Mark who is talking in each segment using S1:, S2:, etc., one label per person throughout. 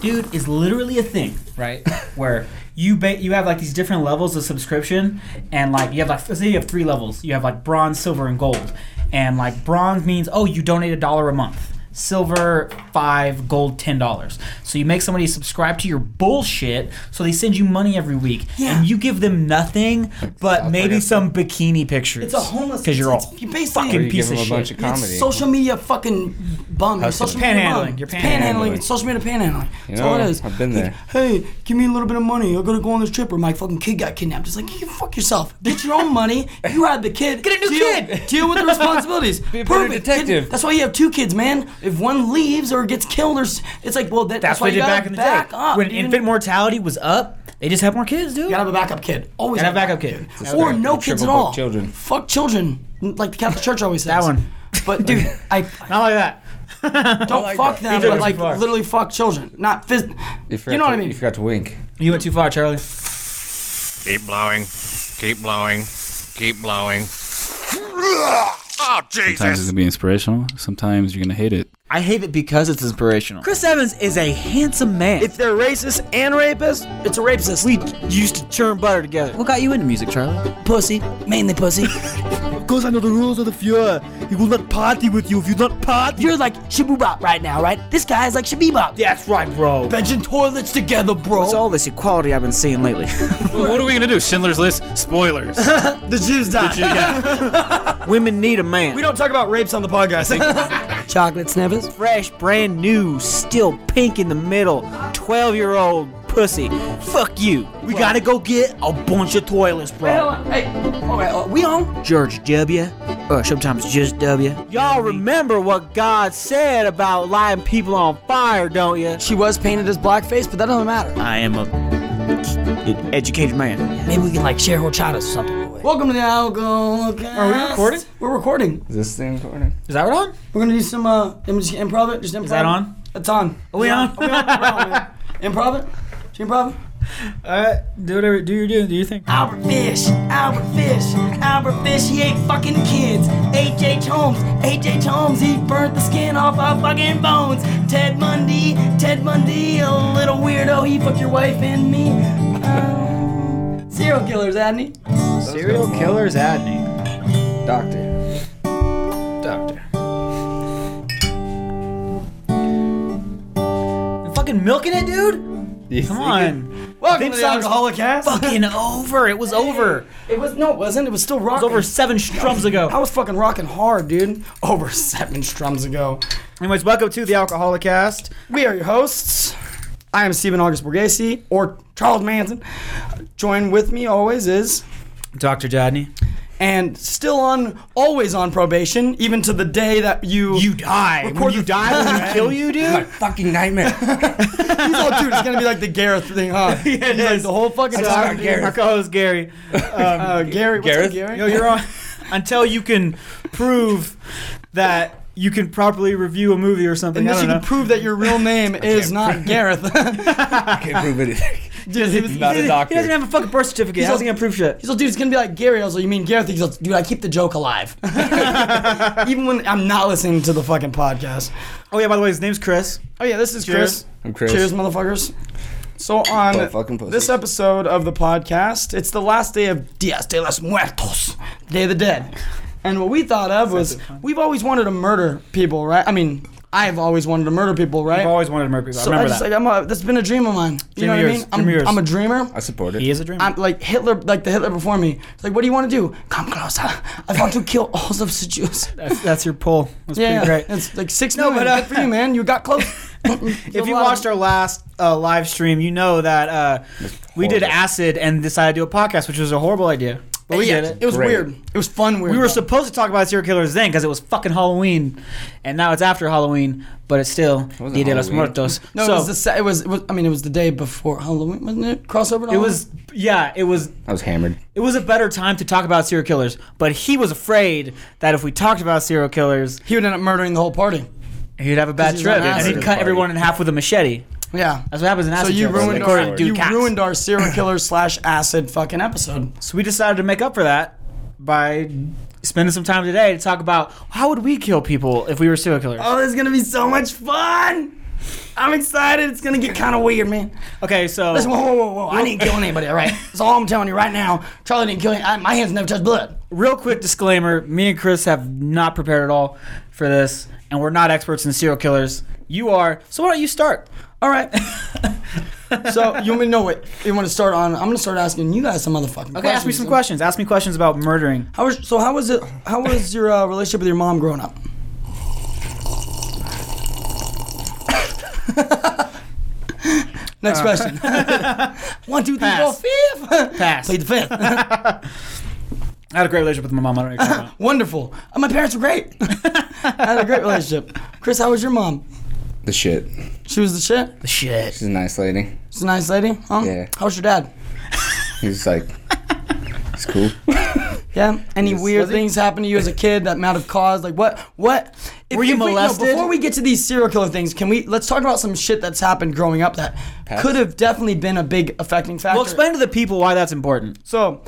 S1: dude is literally a thing, right? Where you ba- you have like these different levels of subscription, and like you have like let's say you have three levels. You have like bronze, silver, and gold. And like bronze means oh you donate a dollar a month. Silver five, gold ten dollars. So you make somebody subscribe to your bullshit, so they send you money every week, and you give them nothing but
S2: Sounds
S1: maybe
S2: like a-
S1: some bikini pictures.
S3: It's a homeless.
S1: because you're
S3: it's-
S1: all
S3: you basically
S1: fucking
S2: you give
S1: piece
S2: them
S1: of
S2: a bunch
S1: shit.
S2: of
S3: it's
S2: comedy.
S3: social media fucking bum. It's social
S2: Hustling.
S3: media
S1: Panhandling.
S3: bum.
S1: You're
S3: It's panhandling.
S2: panhandling.
S3: It's social media panhandling.
S2: You
S3: That's all
S2: know,
S3: it is.
S2: I've been
S3: Like,
S2: there.
S3: hey, give me a little bit of money. I'm gonna go on this trip, or my fucking kid got kidnapped. It's like you fuck yourself. Get your own money. You had the kid. Get
S1: a new
S3: deal,
S1: kid.
S3: Deal with the responsibilities.
S2: Be a better
S3: Perfect.
S2: detective.
S3: Kid- That's why you have two kids, man. If one leaves or gets killed, or s- it's like well, that,
S1: That's
S3: that's, why
S1: what they
S3: you
S1: did
S3: gotta
S1: back in the
S3: back
S1: day
S3: up.
S1: when
S3: You
S1: infant
S3: didn't-
S1: mortality was up. They just had more kids, dude.
S3: You gotta have a backup kid. Always
S1: Gotta
S3: have
S1: have a backup kid.
S2: It's
S3: Or
S2: like
S3: no
S2: the
S3: kids at
S2: triple book
S3: all.
S2: children.
S3: Fuck children. Like the Catholic Church always says.
S1: That one.
S3: But dude, I
S1: Not like that.
S3: don't
S2: like
S3: fuck
S2: that.
S3: them,
S1: You took
S3: but
S1: it
S3: like
S1: too far.
S3: literally fuck children. Not phys-
S2: You,
S3: You,
S2: forgot
S3: know
S2: to,
S3: what I mean?
S2: You forgot to wink.
S1: You went too far, Charlie.
S4: Keep blowing. Keep blowing. Keep blowing. Oh,
S5: Sometimes it's
S4: Jesus.
S5: gonna be inspirational. Sometimes you're gonna hate it.
S6: I hate it because it's inspirational.
S1: Chris Evans is a handsome man.
S6: If they're racist and rapist,
S3: It's a rapist.
S6: we used to churn butter together.
S5: What got you into music, Charlie?
S3: pussy, mainly pussy.
S6: Of course, I know the rules of the Fuhrer. He will not party with you if you not party.
S3: You're like Shabubop right now, right? This guy is like Shabibop. Yeah.
S1: That's right, bro.
S3: Benching toilets together, bro.
S6: It's all this equality I've been seeing lately.
S5: what are we gonna do? Schindler's List spoilers.
S3: the Jews died.
S6: Women need a man.
S3: we don't talk about rapes on the podcast. Chocolate sniffers.
S6: fresh, brand new, still pink in the middle, 12 year old pussy. Fuck you,
S1: we gotta go get a bunch of toilets, bro.
S3: Hey, all right, uh, we on?
S6: George W. Or sometimes just W. Y'all remember what God said about lighting people on fire, don't you?
S3: She was painted as blackface, but that doesn't matter.
S6: I am a educated man.
S3: Maybe we can like share horchatas or something. Welcome to the Alcoholicast. Are
S1: we recording?
S3: We're recording.
S2: Is this thing recording?
S1: Is that what on?
S3: We're gonna do some uh, im- just improv it. Just improv. Is
S1: that on?
S3: It's on. Are
S1: we on?
S3: Are we on? We're on, man. improv it. Should we improv it.
S1: Uh, do whatever, do your do, do your thing.
S3: Albert Fish, Albert Fish, Albert Fish, he ate fucking kids. H.H. Holmes, H.H. Holmes, he burnt the skin off our fucking bones. Ted Mundy, Ted Mundy, a little weirdo, he fucked your wife and me. Um, serial killers, Adney.
S1: Serial killers, Adney.
S2: Doctor.
S1: Doctor. You're fucking milking it, dude.
S2: You
S1: Come
S2: think it-
S1: on.
S3: Welcome
S1: Think
S3: to the
S1: so.
S3: Alcoholicast.
S1: Fucking over. It was over.
S3: It was no, it wasn't. It was still
S1: It was
S3: rocking.
S1: over seven strums
S3: I
S1: ago.
S3: was fucking rocking hard, dude. Over seven strums ago.
S1: Anyways, welcome to the Alcoholicast.
S3: We are your hosts. I am Stephen August Borghese, or Charles Manson. Join with me always is,
S1: Dr. Jadney.
S3: and still on, always on probation, even to the day that you.
S1: You die.
S3: Record
S1: when you
S3: the-
S1: die, when we kill you, dude.
S2: Fucking nightmare.
S3: He's all, dude, it's gonna be like the Gareth thing, huh? yeah,
S1: it is.
S3: the whole fucking
S1: Our
S3: time.
S1: our co-host Gary. Um,
S3: Uh, Gary, what's
S2: Gareth?
S3: up, Gary?
S1: Yo, you're on until you can prove that you can properly review a movie or something. I
S3: Unless
S1: don't
S3: you
S1: know.
S3: can prove that your real name is not Gareth.
S2: Can't prove it.
S3: Dude, he was-
S2: Not
S1: he, doesn't-
S2: a
S1: he doesn't
S2: doctor.
S1: have a fucking birth certificate. How's he gonna prove shit?
S3: He's like, dude, it's gonna be like Gary. I was like, you mean Gareth? He's like, dude, I keep the joke alive. Even when I'm not listening to the fucking podcast.
S1: Oh yeah, by the way, his name's Chris.
S3: Oh yeah, this is
S1: Cheers.
S3: Chris.
S2: I'm Chris.
S3: Cheers, motherfuckers. So on
S2: Motherfucking pussies.
S3: this episode of the podcast, it's the last day of Dias de los Muertos, Day of the Dead. And what we thought of was we've always wanted to murder people, right? I mean, I've always wanted to murder people, right?
S1: I've always wanted to murder people.
S3: so
S1: I
S3: I
S1: remember
S3: just
S1: that.
S3: like I'm a, that's been a dream of mine. You
S1: Dream
S3: know
S1: of
S3: what
S1: yours.
S3: I
S1: Dream of
S3: mean?
S1: yours.
S3: I'm, I'm a dreamer.
S2: I support it.
S1: he is a dreamer.
S3: I'm like Hitler, like the Hitler before me. It's like, what do you want to do? Come closer. I want to kill all of the Jews.
S1: that's, that's your pull. That's
S3: Yeah,
S1: pretty great.
S3: it's like six.
S1: No,
S3: million.
S1: but, uh,
S3: Good for you, man, you got close.
S1: If you watched our last uh, live stream, you know that uh, we did
S2: horrible.
S1: acid and decided to do a podcast, which was a horrible idea. But we
S3: Oh, yeah,
S1: did it.
S3: it was
S2: Great.
S3: weird. It was fun. Weird.
S1: We were
S3: though.
S1: supposed to talk about serial killers then because it was fucking Halloween, and now it's after Halloween, but it's still
S2: wasn't
S1: Dia de los
S2: Halloween.
S1: Muertos.
S3: No,
S1: so
S3: it was the se- it was, it was. I mean, it was the day before Halloween, wasn't it? Crossover. to
S1: It was yeah, it was
S2: I was hammered.
S1: it was a better time to talk about serial killers, but he was afraid that if we talked about serial killers,
S3: Halloween? He would end up murdering the whole party.
S1: he'd have a bad
S3: he's
S1: trip
S3: on
S1: and
S3: acid.
S1: he'd cut everyone in half with a machete.
S3: Yeah.
S1: That's what happens in
S3: So
S1: acid.
S3: you
S1: trips,
S3: ruined
S1: according
S3: our
S1: to
S3: you
S1: Dude Katz.
S3: ruined our serial killer slash acid fucking episode.
S1: So we decided to make up for that by spending some time today to talk about how would we kill people if we were serial killers.
S3: Oh, this is gonna be so much fun. I'm excited. It's gonna get kind of weird, man.
S1: Okay, so
S3: Listen, whoa, whoa, whoa, whoa! I didn't kill anybody, all right? That's all I'm telling you right now. Charlie didn't kill. Any- I, my hands never touched blood.
S1: real quick disclaimer me and Chris have not prepared at all for this, and we're not experts in serial killers. You are, so why don't you start?
S3: All right. so you want me to know what you want to start on? I'm gonna start asking you guys some motherfucking.
S1: Okay, ask me some questions. Ask me questions about murdering.
S3: How was so? How was it? How was your uh, relationship with your mom growing up? Next question. One, two, three, four,
S1: Pass.
S3: fifth.
S1: Pass.
S3: Played the fifth.
S1: I had a great relationship with my mom. I don't know what you're talking about.
S3: Wonderful. Uh, My parents were great. I had a great relationship. Chris, how was your mom?
S2: The shit.
S3: She was the shit. The shit.
S2: She's a nice lady.
S3: She's a nice lady, huh?
S2: Yeah.
S3: How was your dad?
S2: He's like, it's cool.
S3: Yeah. Any weird things happened to you as a kid that might have caused like what? What? If,
S1: Were you
S3: if we- no,
S1: molested?
S3: before we get to these serial killer things, can we let's talk about some shit that's happened growing up that could have definitely been a big affecting factor.
S1: Well, explain to the people why that's important.
S3: So,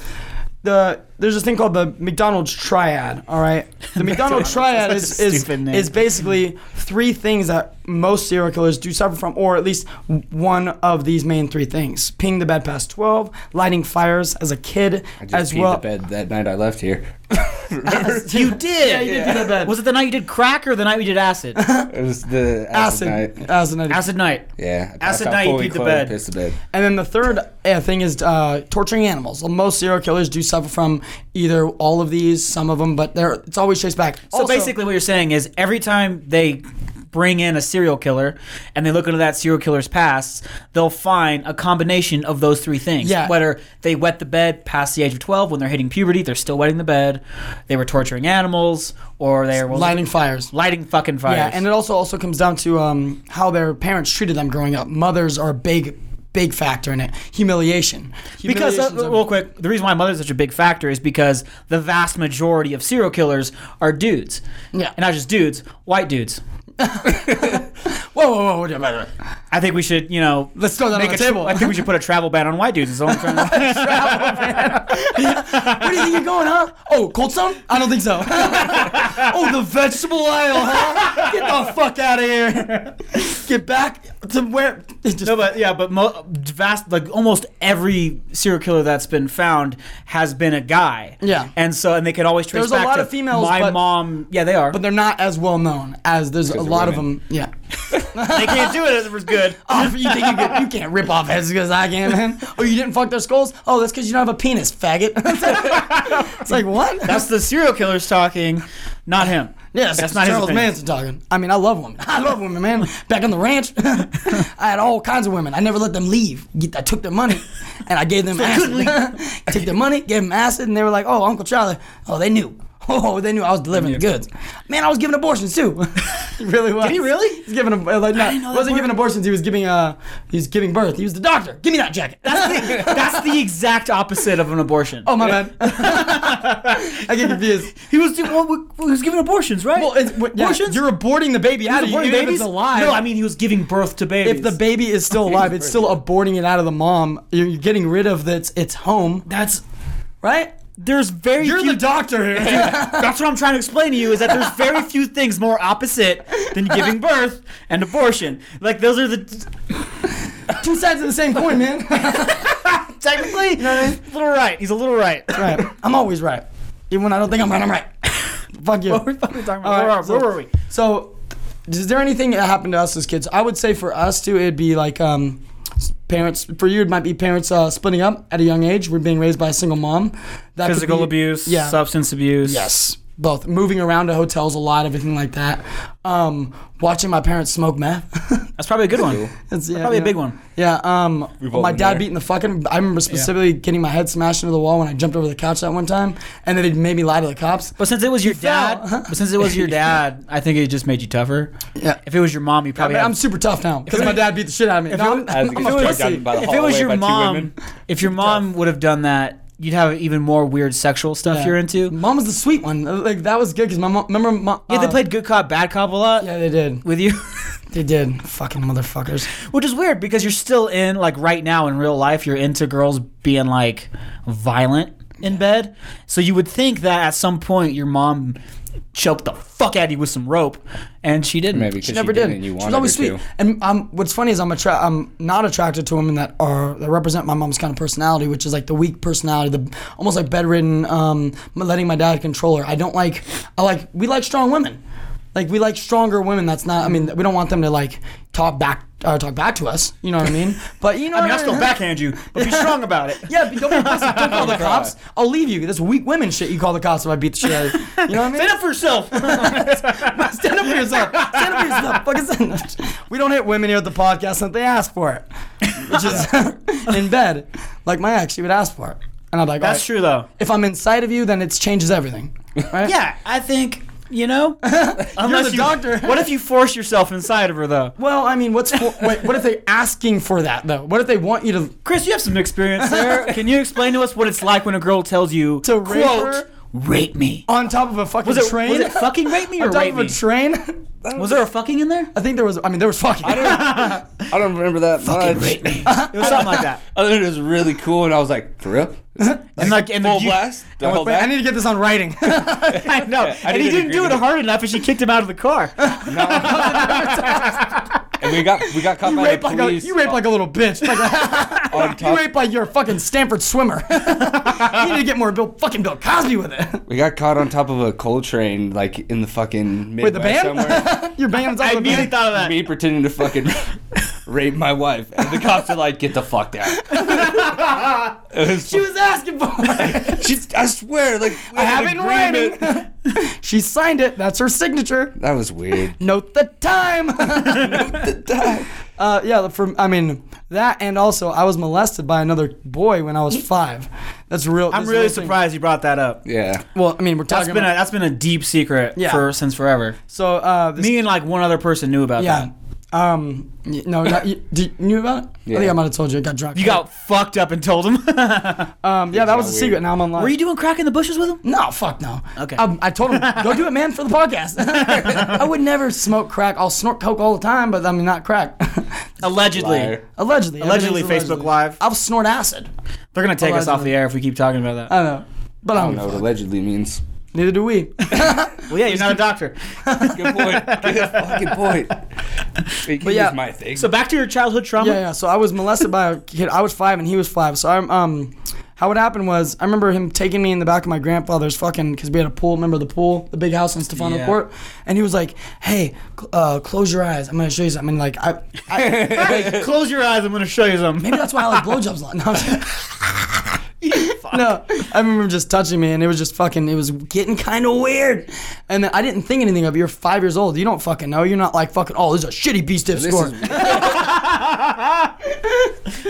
S3: the there's this thing called the McDonald's triad. All right, the McDonald's triad is
S1: That's a
S3: is,
S1: stupid name.
S3: is basically three things that most serial killers do suffer from, or at least w- one of these main three things: peeing the bed past twelve, lighting fires as a kid,
S2: I just
S3: as
S2: peed
S3: well.
S2: the bed that night I left here.
S1: You did.
S3: Yeah, you did pee the bed.
S1: Was it the night you did crack or the night we did acid?
S2: It was the acid,
S3: acid?
S2: night.
S3: Acid night.
S1: acid night.
S2: Yeah. I passed
S1: Acid
S2: out
S1: night, you
S2: fully
S1: peed the
S2: clothed,
S1: bed.
S2: Pissed the bed.
S3: And then the third uh, thing is uh, torturing animals. Well, most serial killers do suffer from either all of these, some of them, but they're it's always traced back.
S1: So
S3: Also-
S1: basically, what you're saying is every time they bring in a serial killer and they look into that serial killer's past, they'll find a combination of those three things.
S3: Yeah.
S1: Whether they wet the bed past the age of 12 when they're hitting puberty, they're still wetting the bed, they were torturing animals, or they were
S3: lighting fires.
S1: lighting fucking fires.
S3: Yeah, and it also also comes down to um, how their parents treated them growing up. Mothers are a big, big factor in it. Humiliation.
S1: because uh,
S3: Humiliation's a-
S1: real quick, the reason why mother is such a big factor is because the vast majority of serial killers are dudes.
S3: Yeah.
S1: And not just dudes, white dudes.
S3: whoa, whoa, whoa, whoa, whoa, whoa.
S1: I think we should, you know,
S3: Let's throw that
S1: make
S3: on
S1: a
S3: the table.
S1: I think we should put a travel ban on white dudes. Is all I'm trying to-
S3: Where do you think you're going, huh? Oh, Cold Stone? I don't think so. oh, the vegetable aisle, huh? Get the fuck out of here. Get back to where. It just,
S1: no, but yeah, but mo- vast like almost every serial killer that's been found has been a guy.
S3: Yeah.
S1: and so and they could always trace
S3: There's a
S1: back
S3: lot
S1: to
S3: of females,
S1: My
S3: but-
S1: mom, yeah, they are,
S3: but they're not as well known as there's a
S2: they're
S3: lot of
S2: women.
S3: them. Yeah.
S1: they can't do it as if it's good.
S3: Oh, you think you, could, you can't rip off heads because I can, man? Or you didn't fuck their skulls? Oh, that's because you don't have a penis, faggot. it's like what?
S1: That's the serial killers talking, not him.
S3: yes,
S1: that's not his
S3: Charles
S1: opinion.
S3: Manson talking. I mean, I love women. I love women, man. Back on the ranch, I had all kinds of women. I never let them leave. Get- I took their money and I gave them acid. took their money, gave them acid, and they were like, "Oh, Uncle Charlie." Oh, they knew. Oh, they knew I was delivering the goods. Man, I was giving abortions too. he really was. Did he really? He's giving a,
S1: didn't
S3: like
S1: know
S3: not
S1: that
S3: wasn't
S1: word.
S3: giving abortions. He was giving uh he was giving birth. He was the doctor. Give me that jacket.
S1: That's the, that's the exact opposite of an abortion.
S3: Oh my bad. I get confused.
S1: he was doing, well, he was giving abortions, right?
S3: Well, it's, what- yeah,
S1: abortions.
S3: You're aborting the baby out of you,
S1: aborting
S3: even if it's alive.
S1: No, I mean he was giving birth to babies.
S3: if the baby is still alive, it's still aborting it out of the mom. You're, you're getting rid of its its home,
S1: that's
S3: right?
S1: there's very
S3: You're
S1: few
S3: the doctor here.
S1: That's what I'm trying to explain to you is that there's very few things more opposite than giving birth and abortion. Like those are the
S3: Two sides of the same coin, man.
S1: technically little right. He's a little right.
S3: right. I'm always right. Even when I don't think I'm right, I'm right. Fuck you. All right, so- So, is there anything that happened to us as kids? I would say for us too, it'd be like um, s- parents. For you, it might be parents uh, splitting up at a young age. We're being raised by a single mom. That could
S1: Physical
S3: be-
S1: abuse,
S3: Yeah.
S1: substance abuse.
S3: Yes. Both moving around to hotels a lot, everything like that. Um, watching my parents smoke meth.
S1: That's probably a good one.
S3: It's yeah,
S1: Probably a
S3: yeah.
S1: big one.
S3: Yeah. Um,
S2: all
S3: my
S2: been
S3: dad
S2: there.
S3: beating the fucking. I remember specifically getting my head smashed into the wall when I jumped over the couch that one time, and then they made me lie to the cops.
S1: But since it was your
S3: fell.
S1: dad, but since it was your dad, I think it just made you tougher.
S3: Yeah.
S1: If it was your mom, you probably.
S3: I
S1: had-
S3: am super tough now because my dad beat the shit out of me. No, I'm,
S2: As it
S3: I'm
S2: gets
S3: a
S2: dragged
S3: pussy.
S2: down by the
S1: if it was your
S2: hallway by two
S1: mom,
S2: women.
S1: if your mom would have done that, you'd have even more weird sexual stuff
S3: Yeah.
S1: you're into.
S3: Mom was the sweet one. Uh, Like that was good because my mom. Remember, mom,
S1: yeah, they played good cop, bad cop a lot
S3: Yeah, they did.
S1: with you.
S3: They did. Fucking motherfuckers.
S1: Which is weird because you're still in like right now in real life, you're into girls being like violent in bed. So you would think that at some point your mom choke the fuck out of you with some rope, and she didn't.
S2: Maybe
S3: She
S2: because
S3: never did.
S2: And you
S3: she
S2: wanted
S3: was always
S2: her
S3: sweet.
S2: to.
S3: And um, what's funny is I'm attra- I'm not attracted to women that are that represent my mom's kind of personality, which is like the weak personality, the almost like bedridden, um, m- letting my dad control her. I don't like. I like. We like strong women. Like we like stronger women. That's not. I mean, we don't want them to like talk back or talk back to us. You know what I mean? But you know,
S1: I mean, I'll
S3: what
S1: still backhand you, but be strong about it.
S3: Yeah, but don't be a pussy. Don't call
S1: Oh,
S3: the cops. I'll leave you. That's weak women shit. You call the cops if I beat the shit out of you. You know what I mean?
S1: Stand up for yourself.
S3: Stand up for yourself. Stand up for yourself. Fucking stand up. We don't hit women here at the podcast unless they ask for it. Which is in bed. Like my ex, she would ask for it. And I'd like,
S1: That's
S3: "Alright."
S1: true though.
S3: If I'm inside of you, then it changes everything. Right?
S1: Yeah, I think you know. unless
S3: the
S1: you,
S3: doctor.
S1: What if you force yourself inside of her though?
S3: Well, I mean, what's for, wait, what if they asking for that though? What if they want you to
S1: Chris, you have some experience there. Can you explain to us what it's like when a girl tells you
S3: To rape
S1: quote,
S3: her?
S1: rape me?
S3: on top of a fucking
S1: Was it,
S3: train?
S1: was it fucking rape me or
S3: on top
S1: rape
S3: of a
S1: me?
S3: train?
S1: was there a fucking in there?
S3: I think there was. I mean, there was fucking.
S2: I don't remember that much.
S1: It was something like that.
S2: Other than it was really cool, and I was like, for real?
S1: And like, and
S2: Full
S1: you-
S2: blast? The
S1: Oh,
S2: whole
S3: Wait, I need to get this on writing.
S1: I know. and he
S2: didn't
S1: didn't
S2: agree
S1: do it
S2: with it.
S1: hard enough, and she kicked him out of the car.
S2: And we got we got caught by
S3: rape
S2: the
S3: like a,
S2: police
S3: you rape like a little bitch. Like
S2: on
S3: You
S2: top.
S3: ain't like you're a fucking Stanford swimmer. you need to get more Bill fucking Bill Cosby with it.
S2: We got caught on top of a coal train, like in the fucking Midwest
S3: With the
S2: somewhere.
S3: band? Your band's on
S1: I
S3: the
S1: immediately
S3: band.
S1: thought of that.
S2: me pretending to fucking rape my wife, and the cops are like, "Get the fuck down." It was
S3: She was asking for it.
S2: fu- she, I swear, like we
S3: I have
S2: had an
S3: it in writing.
S2: agreement.
S3: she signed it. That's her signature.
S2: That was weird.
S3: Note the time. Note the time. Uh, yeah, from I mean that, and also I was molested by another boy when I was five. That's real.
S1: I'm
S3: that's a
S1: really
S3: real thing.
S1: surprised you brought that up.
S2: Yeah,
S3: Well, I mean, we're
S1: That's
S3: talking
S1: been a,
S3: about
S1: that's been a deep secret
S3: Yeah.
S1: for since forever.
S3: so uh, this,
S1: Me and like one other person knew about
S3: Yeah.
S1: that.
S3: Um. y- No. Not, you, did you knew about it? I think
S2: Yeah.
S3: I might have told you. I got drunk.
S1: You got fucked up and told him.
S3: Um. Yeah, that was a
S2: got
S3: secret.
S2: weird.
S3: Now I'm online.
S1: Were you doing crack in the bushes with him?
S3: No, fuck no.
S1: Okay.
S3: Um, I told him, go do it, man, for the podcast. I would never smoke crack. I'll snort coke all the time, but I mean, not crack.
S1: Allegedly.
S2: Liar.
S3: allegedly.
S1: Allegedly,
S3: everything's
S1: Facebook Live.
S3: I'll snort acid.
S1: They're gonna take us off
S3: Allegedly.
S1: the air if we keep talking about that.
S3: I don't know. But I
S2: I
S1: Oh,
S3: don't,
S2: don't
S3: give
S2: know
S3: a
S2: what
S3: fuck.
S2: allegedly means.
S3: Neither do we.
S1: well, yeah, you're not a doctor.
S2: Good point. Good fucking point. But
S3: yeah,
S2: my thing.
S1: So back to your childhood trauma.
S3: Yeah, yeah. So I was molested by a kid. I was five and he was five. So I'm um, how what happened was I remember him taking me in the back of my grandfather's fucking because we had a pool. Remember the pool, the big house in Stefano
S1: Yeah.
S3: Court, and he was like, "Hey, cl- uh, close your eyes. I'm gonna show you something." And, like I, I
S1: Hey, close your eyes. I'm gonna show you something.
S3: maybe that's why I like blowjobs a lot. No, I'm just- No, I remember him just touching me, and it was just fucking. It was getting kind of weird, and then I didn't think anything of. it. You're five years old. You don't fucking know. You're not like fucking. Oh, this is a shitty beast dip
S2: this
S3: score.
S2: is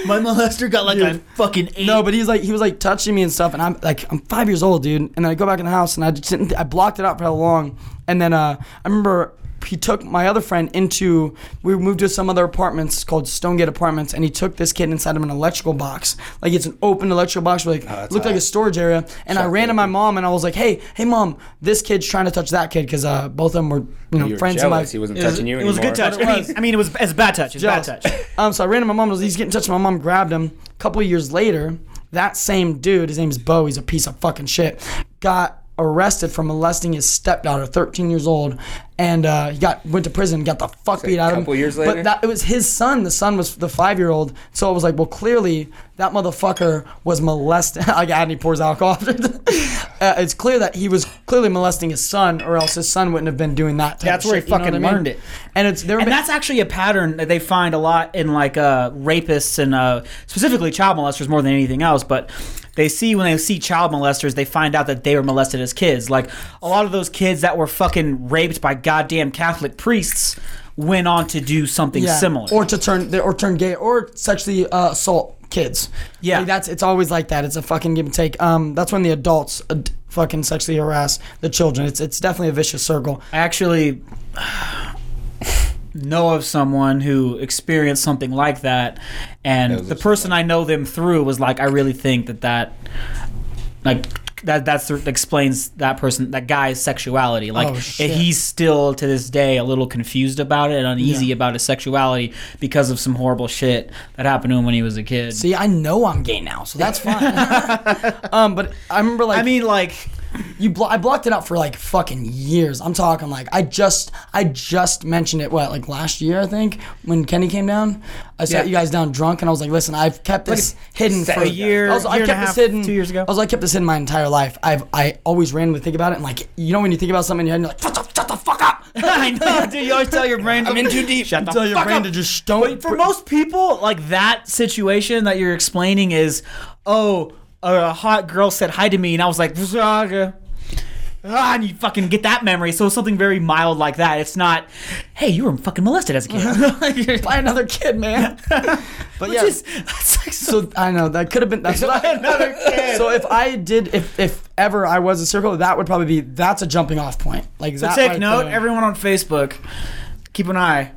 S1: My molester got like a fucking eight.
S3: No, but he's like he was like touching me and stuff, and I'm like I'm five years old, dude. And then I go back in the house, and I just didn't. I blocked it out for how long? And then uh, I remember he took my other friend into. We moved to some other apartments called Stonegate Apartments, and he took this kid inside of an electrical box. Like it's an open electrical box, like
S2: Oh, that's
S3: looked like
S2: hot.
S3: a storage area. And I ran to my mom, and I was like, Hey, hey, mom, this kid's trying to touch that kid because uh, both of them were you know
S2: you were
S3: friends. of mine.
S2: jealous. He wasn't
S3: It was-
S2: touching you
S1: it was a good touch. I mean, I mean, it was as bad touch. It's bad touch.
S3: um, so I ran to my mom. I was, He's getting touched. My mom grabbed him. A couple years later, that same dude, his name's Bo. He's a piece of fucking shit. Got arrested for molesting his stepdaughter, 13 years old, and uh, he got went to prison. Got the fuck beat out of him.
S2: couple years
S3: but
S2: later?
S3: that, it was his son. The son was the five year old. So it was like, well, clearly that motherfucker was molesting. like Adney pours alcohol. uh, it's clear that he was clearly molesting his son, or else his son wouldn't have been doing that. Type
S1: That's
S3: of
S1: where he
S3: shit, you know
S1: fucking
S3: what I mean?
S1: learned it.
S3: And it's there. were
S1: And
S3: ma-
S1: that's actually a pattern that they find a lot in like uh, rapists and uh, specifically child molesters more than anything else. But they see when they see child molesters, they find out that they were molested as kids. Like a lot of those kids that were fucking raped by goddamn Catholic priests went on to do something
S3: Yeah.
S1: similar.
S3: or to turn or turn gay or sexually uh, assault kids.
S1: Yeah.
S3: Like, that's it's always like that. It's a fucking give and take. Um, that's when the adults ad- fucking sexually harass the children. It's it's definitely a vicious circle.
S1: I actually know of someone who experienced something like that, and the person I know them through was like, I really think that that, like. That that's that explains that person that guy's sexuality. Like
S3: Oh, shit.
S1: he's still to this day a little confused about it and uneasy
S3: Yeah.
S1: about his sexuality because of some horrible shit that happened to him when he was a kid.
S3: See, I know I'm gay now, so that's fine. um, but I remember like
S1: I mean, like
S3: you blo- I blocked it out for like fucking years. I'm talking like I just I just mentioned it what like last year I think when Kenny came down. I sat
S1: Yeah.
S3: you guys down drunk and I was like, listen, I've kept this hidden
S1: set
S3: for
S1: a year,
S3: I was like,
S1: year and
S3: I
S1: a
S3: kept this
S1: half,
S3: hidden
S1: two years ago.
S3: I was like, I kept this hidden my entire life. I've I always randomly think about it and like you know when you think about something in your head and you're like, shut the, shut the fuck up.
S1: I know, dude. You always tell your brain. I'm in too deep. Shut the
S3: Tell your
S1: fuck
S3: brain
S1: up.
S3: to just don't.
S1: But for most people, like that situation that you're explaining is, oh, a hot girl said hi to me, and I was like, "Zaga." Ah, and you fucking get that memory. So it's something very mild like that. It's not, hey, you were fucking molested as a kid.
S3: by another kid, man. but yeah.
S1: Just- it's like so-
S3: so I know that could have been that's what I, another kid. So if I did if if ever I was a circle, that would probably be that's a jumping off point. Like
S1: so
S3: that
S1: take
S3: right
S1: note,
S3: there.
S1: everyone on Facebook, keep an eye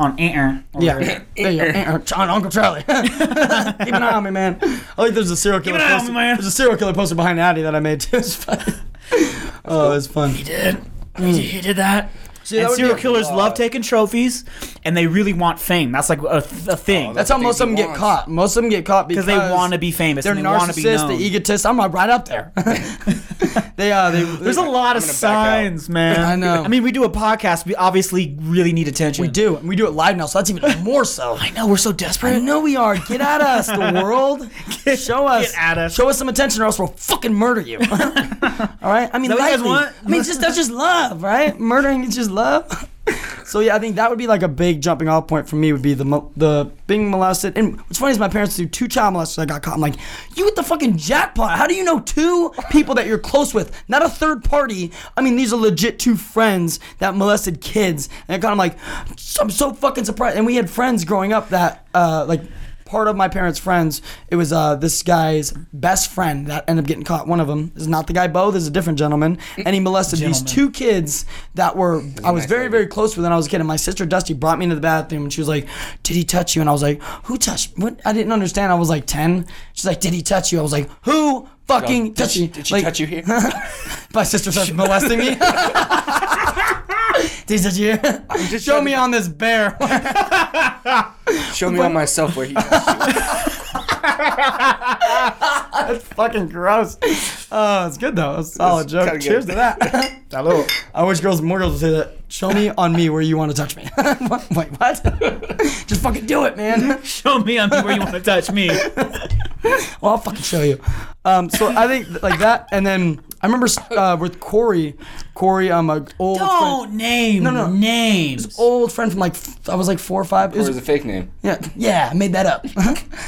S1: on Ant.
S3: yeah, there you go. on Uncle Charlie. Keep an eye on me, man. I think there's a serial killer.
S1: an eye on
S3: poster-
S1: me, man.
S3: There's a serial killer poster behind Addy that I made too. It's fun. Oh, it's fun.
S1: He did that. and
S3: would be
S1: serial
S3: a
S1: killers love taking trophies, and they really want fame. That's like a, th- a thing.
S3: Oh, That's how most of them get caught. Most of them get caught because
S1: because they want to be famous.
S3: They're
S1: and they want to be
S3: narcissists,
S1: known.
S3: they're egotists. I'm right up there. they uh, they.
S1: There's a lot of signs, man.
S3: I know.
S1: I mean, we do a podcast. We obviously really need attention.
S3: We do, and we do it live now, so that's even more so. I
S1: No, we're so desperate.
S3: know we are. Get at us, the world. show us.
S1: get at us.
S3: Show us some attention, or else we'll fucking murder you. all right. I mean,
S1: Is that what you guys
S3: lightly.
S1: want?
S3: I mean, it's just that's just love, right? Murdering is just love. So yeah, I think that would be like a big jumping off point for me. Would be the mo- the being molested. And what's funny is my parents do two child molesters. I got caught. I'm like, you with the fucking jackpot. How do you know two people that you're close with, not a third party? I mean, these are legit two friends that molested kids. And I got. I'm like, I'm so fucking surprised. And we had friends growing up that uh, like. Part of my parents' friends, it was uh, this guy's best friend that ended up getting caught. One of them is not the guy Bo. There's a different gentleman, and he molested these two kids that were I was very very close with when I was a kid. And my sister Dusty brought me into the bathroom, and she was like, "Did he touch you?" And I was like, "Who touched? What?" I didn't understand. I was like ten. She's like, "Did he touch you?" I was like, "Who fucking touched you?"
S2: Did she
S3: Like,
S2: touch you here?
S3: My sister starts molesting me. Did he touch you? Show
S2: trying
S3: me
S2: to-
S3: on this bear.
S2: Show me on myself where he touched you.
S3: fucking gross. Uh, it's good though. It's a solid joke.
S2: kinda good.
S3: Cheers to that. I wish girls, more girls would say that. Show me on me where you want to touch me. What? Wait, what? Just fucking do it, man.
S1: Show me on me where you want to touch me.
S3: Well, I'll fucking show you. Um, so I think like that, and then I remember uh, with Corey, Corey, um, an old friend,
S1: Don't name no,
S3: no.
S1: names.
S3: old friend from like f- I was like four or five. It
S2: Or
S3: was
S2: is it a fake name?
S3: Yeah, yeah, I made that up.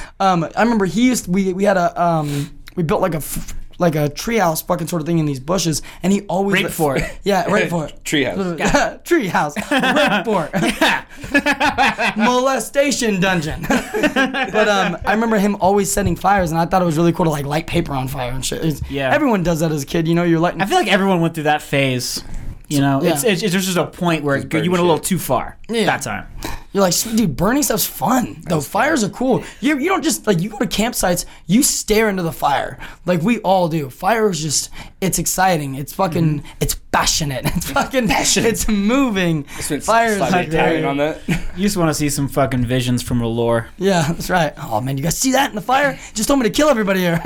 S3: um, I remember he used we we had a um, we built like a f- like a treehouse fucking sort of thing in these bushes, and he always
S1: Rape for it.
S3: Yeah, rape for it.
S2: Treehouse.
S3: treehouse, rape for it. molestation dungeon. but um, I remember him always setting fires, and I thought it was really cool to like light paper on fire and shit. It's-
S1: Yeah.
S3: everyone does that as a kid. You know, you're lighting.
S1: I feel like everyone went through that phase. You know, it's, it's, it's there's just a point where it, you went a little too far.
S3: Yeah.
S1: That time.
S3: You're like, dude, burning stuff's fun. Though fires are cool. You you don't just like you go to campsites, you stare into the fire. Like we all do. Fire is just it's exciting. It's fucking it's passionate. It's fucking Mm-hmm. passionate. It's moving. Fire is
S2: Slightly
S3: like
S2: Italian on that.
S1: You just want to see some fucking visions from R'hllor.
S3: Yeah, that's right. Oh man, you guys see that in the fire? Just told me to kill everybody here.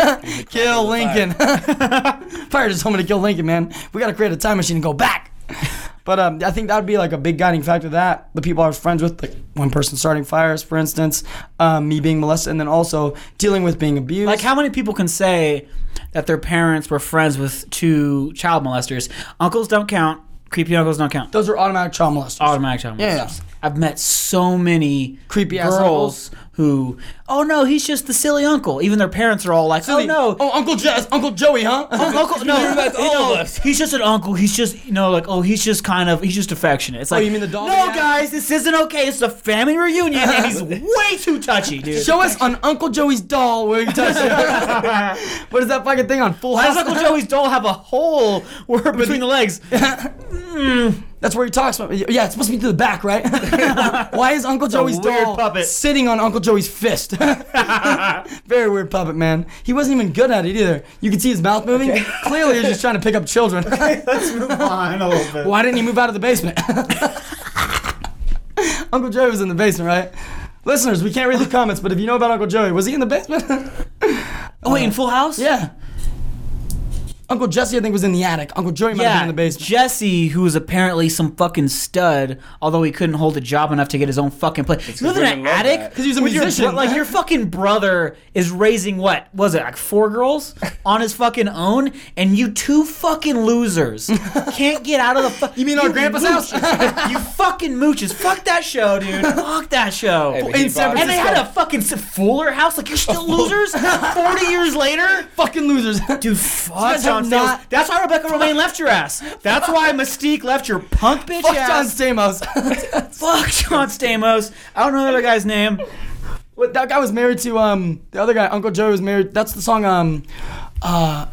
S3: kill Lincoln. fire just told me to kill Lincoln, man. We gotta create a time machine and go back. But um, I think that would be like a big guiding factor. That the people I was friends with, like one person starting fires, for instance, um, me being molested, and then also dealing with being abused.
S1: Like, how many people can say that their parents were friends with two child molesters? Uncles don't count. Creepy uncles don't count.
S3: those are automatic child molesters.
S1: automatic child
S3: Yeah,
S1: molesters. I've met so many
S3: Creepy ass
S1: girls who, oh no, he's just the silly uncle. Even their parents are all like, oh no,
S3: Oh, Uncle Jess, Uncle Joey, huh?
S1: uncle, no, Oh.
S2: That's
S1: you
S2: all
S1: know,
S2: of us.
S1: he's just an uncle. He's just, you know, like, oh, he's just kind of, he's just affectionate. It's like,
S3: Oh, you mean the dog
S1: no,
S3: in the
S1: guys, this isn't okay. It's a family reunion, and he's way too touchy, dude.
S3: Show us on Uncle Joey's doll where he touched it. what is that fucking thing on Full
S1: Why
S3: House?
S1: does Uncle Joey's doll have a hole where, between the legs?
S3: That's where he talks about. Yeah, it's supposed to be through the back, right? Why is Uncle Joey's
S1: weird
S3: doll
S1: puppet.
S3: sitting on Uncle Joey's fist? Very weird puppet, man. He wasn't even good at it either. You could see his mouth moving. Clearly, he's just trying to pick up children. Why didn't he move out of the basement? Uncle Joey was in the basement, right? Listeners, we can't read the comments, but if you know about Uncle Joey, was he in the basement?
S1: Oh, wait, in Full House?
S3: yeah. Uncle Jesse, I think, was in the attic. Uncle Joey might have been in the basement.
S1: Jesse, who was apparently some fucking stud, although he couldn't hold a job enough to get his own fucking place. You live in an
S2: women love
S1: attic
S2: that.
S3: 'Cause he was a
S1: with your
S3: musician.
S1: bro- like your fucking brother is raising what was it like four girls on his fucking own, and you two fucking losers can't get out of the. Fu- you
S3: mean our grandpa's house?
S1: house? you fucking mooches. Fuck that show, dude. Fuck that show.
S2: but he
S3: In San Oh,
S2: bought-
S1: and they had a fucking s- Fuller House. Like you're still losers. Forty years later.
S3: Fucking losers.
S1: Dude, fuck
S3: guys
S1: John
S3: have
S1: Stamos.
S3: not-
S1: That's why Rebecca Romaine left your ass. That's why Mystique left your punk bitch
S3: Fuck John
S1: ass.
S3: Stamos.
S1: fuck John Stamos. I don't know the other guy's name.
S3: What, that guy was married to um the other guy. Uncle Joey was married. That's the song um uh.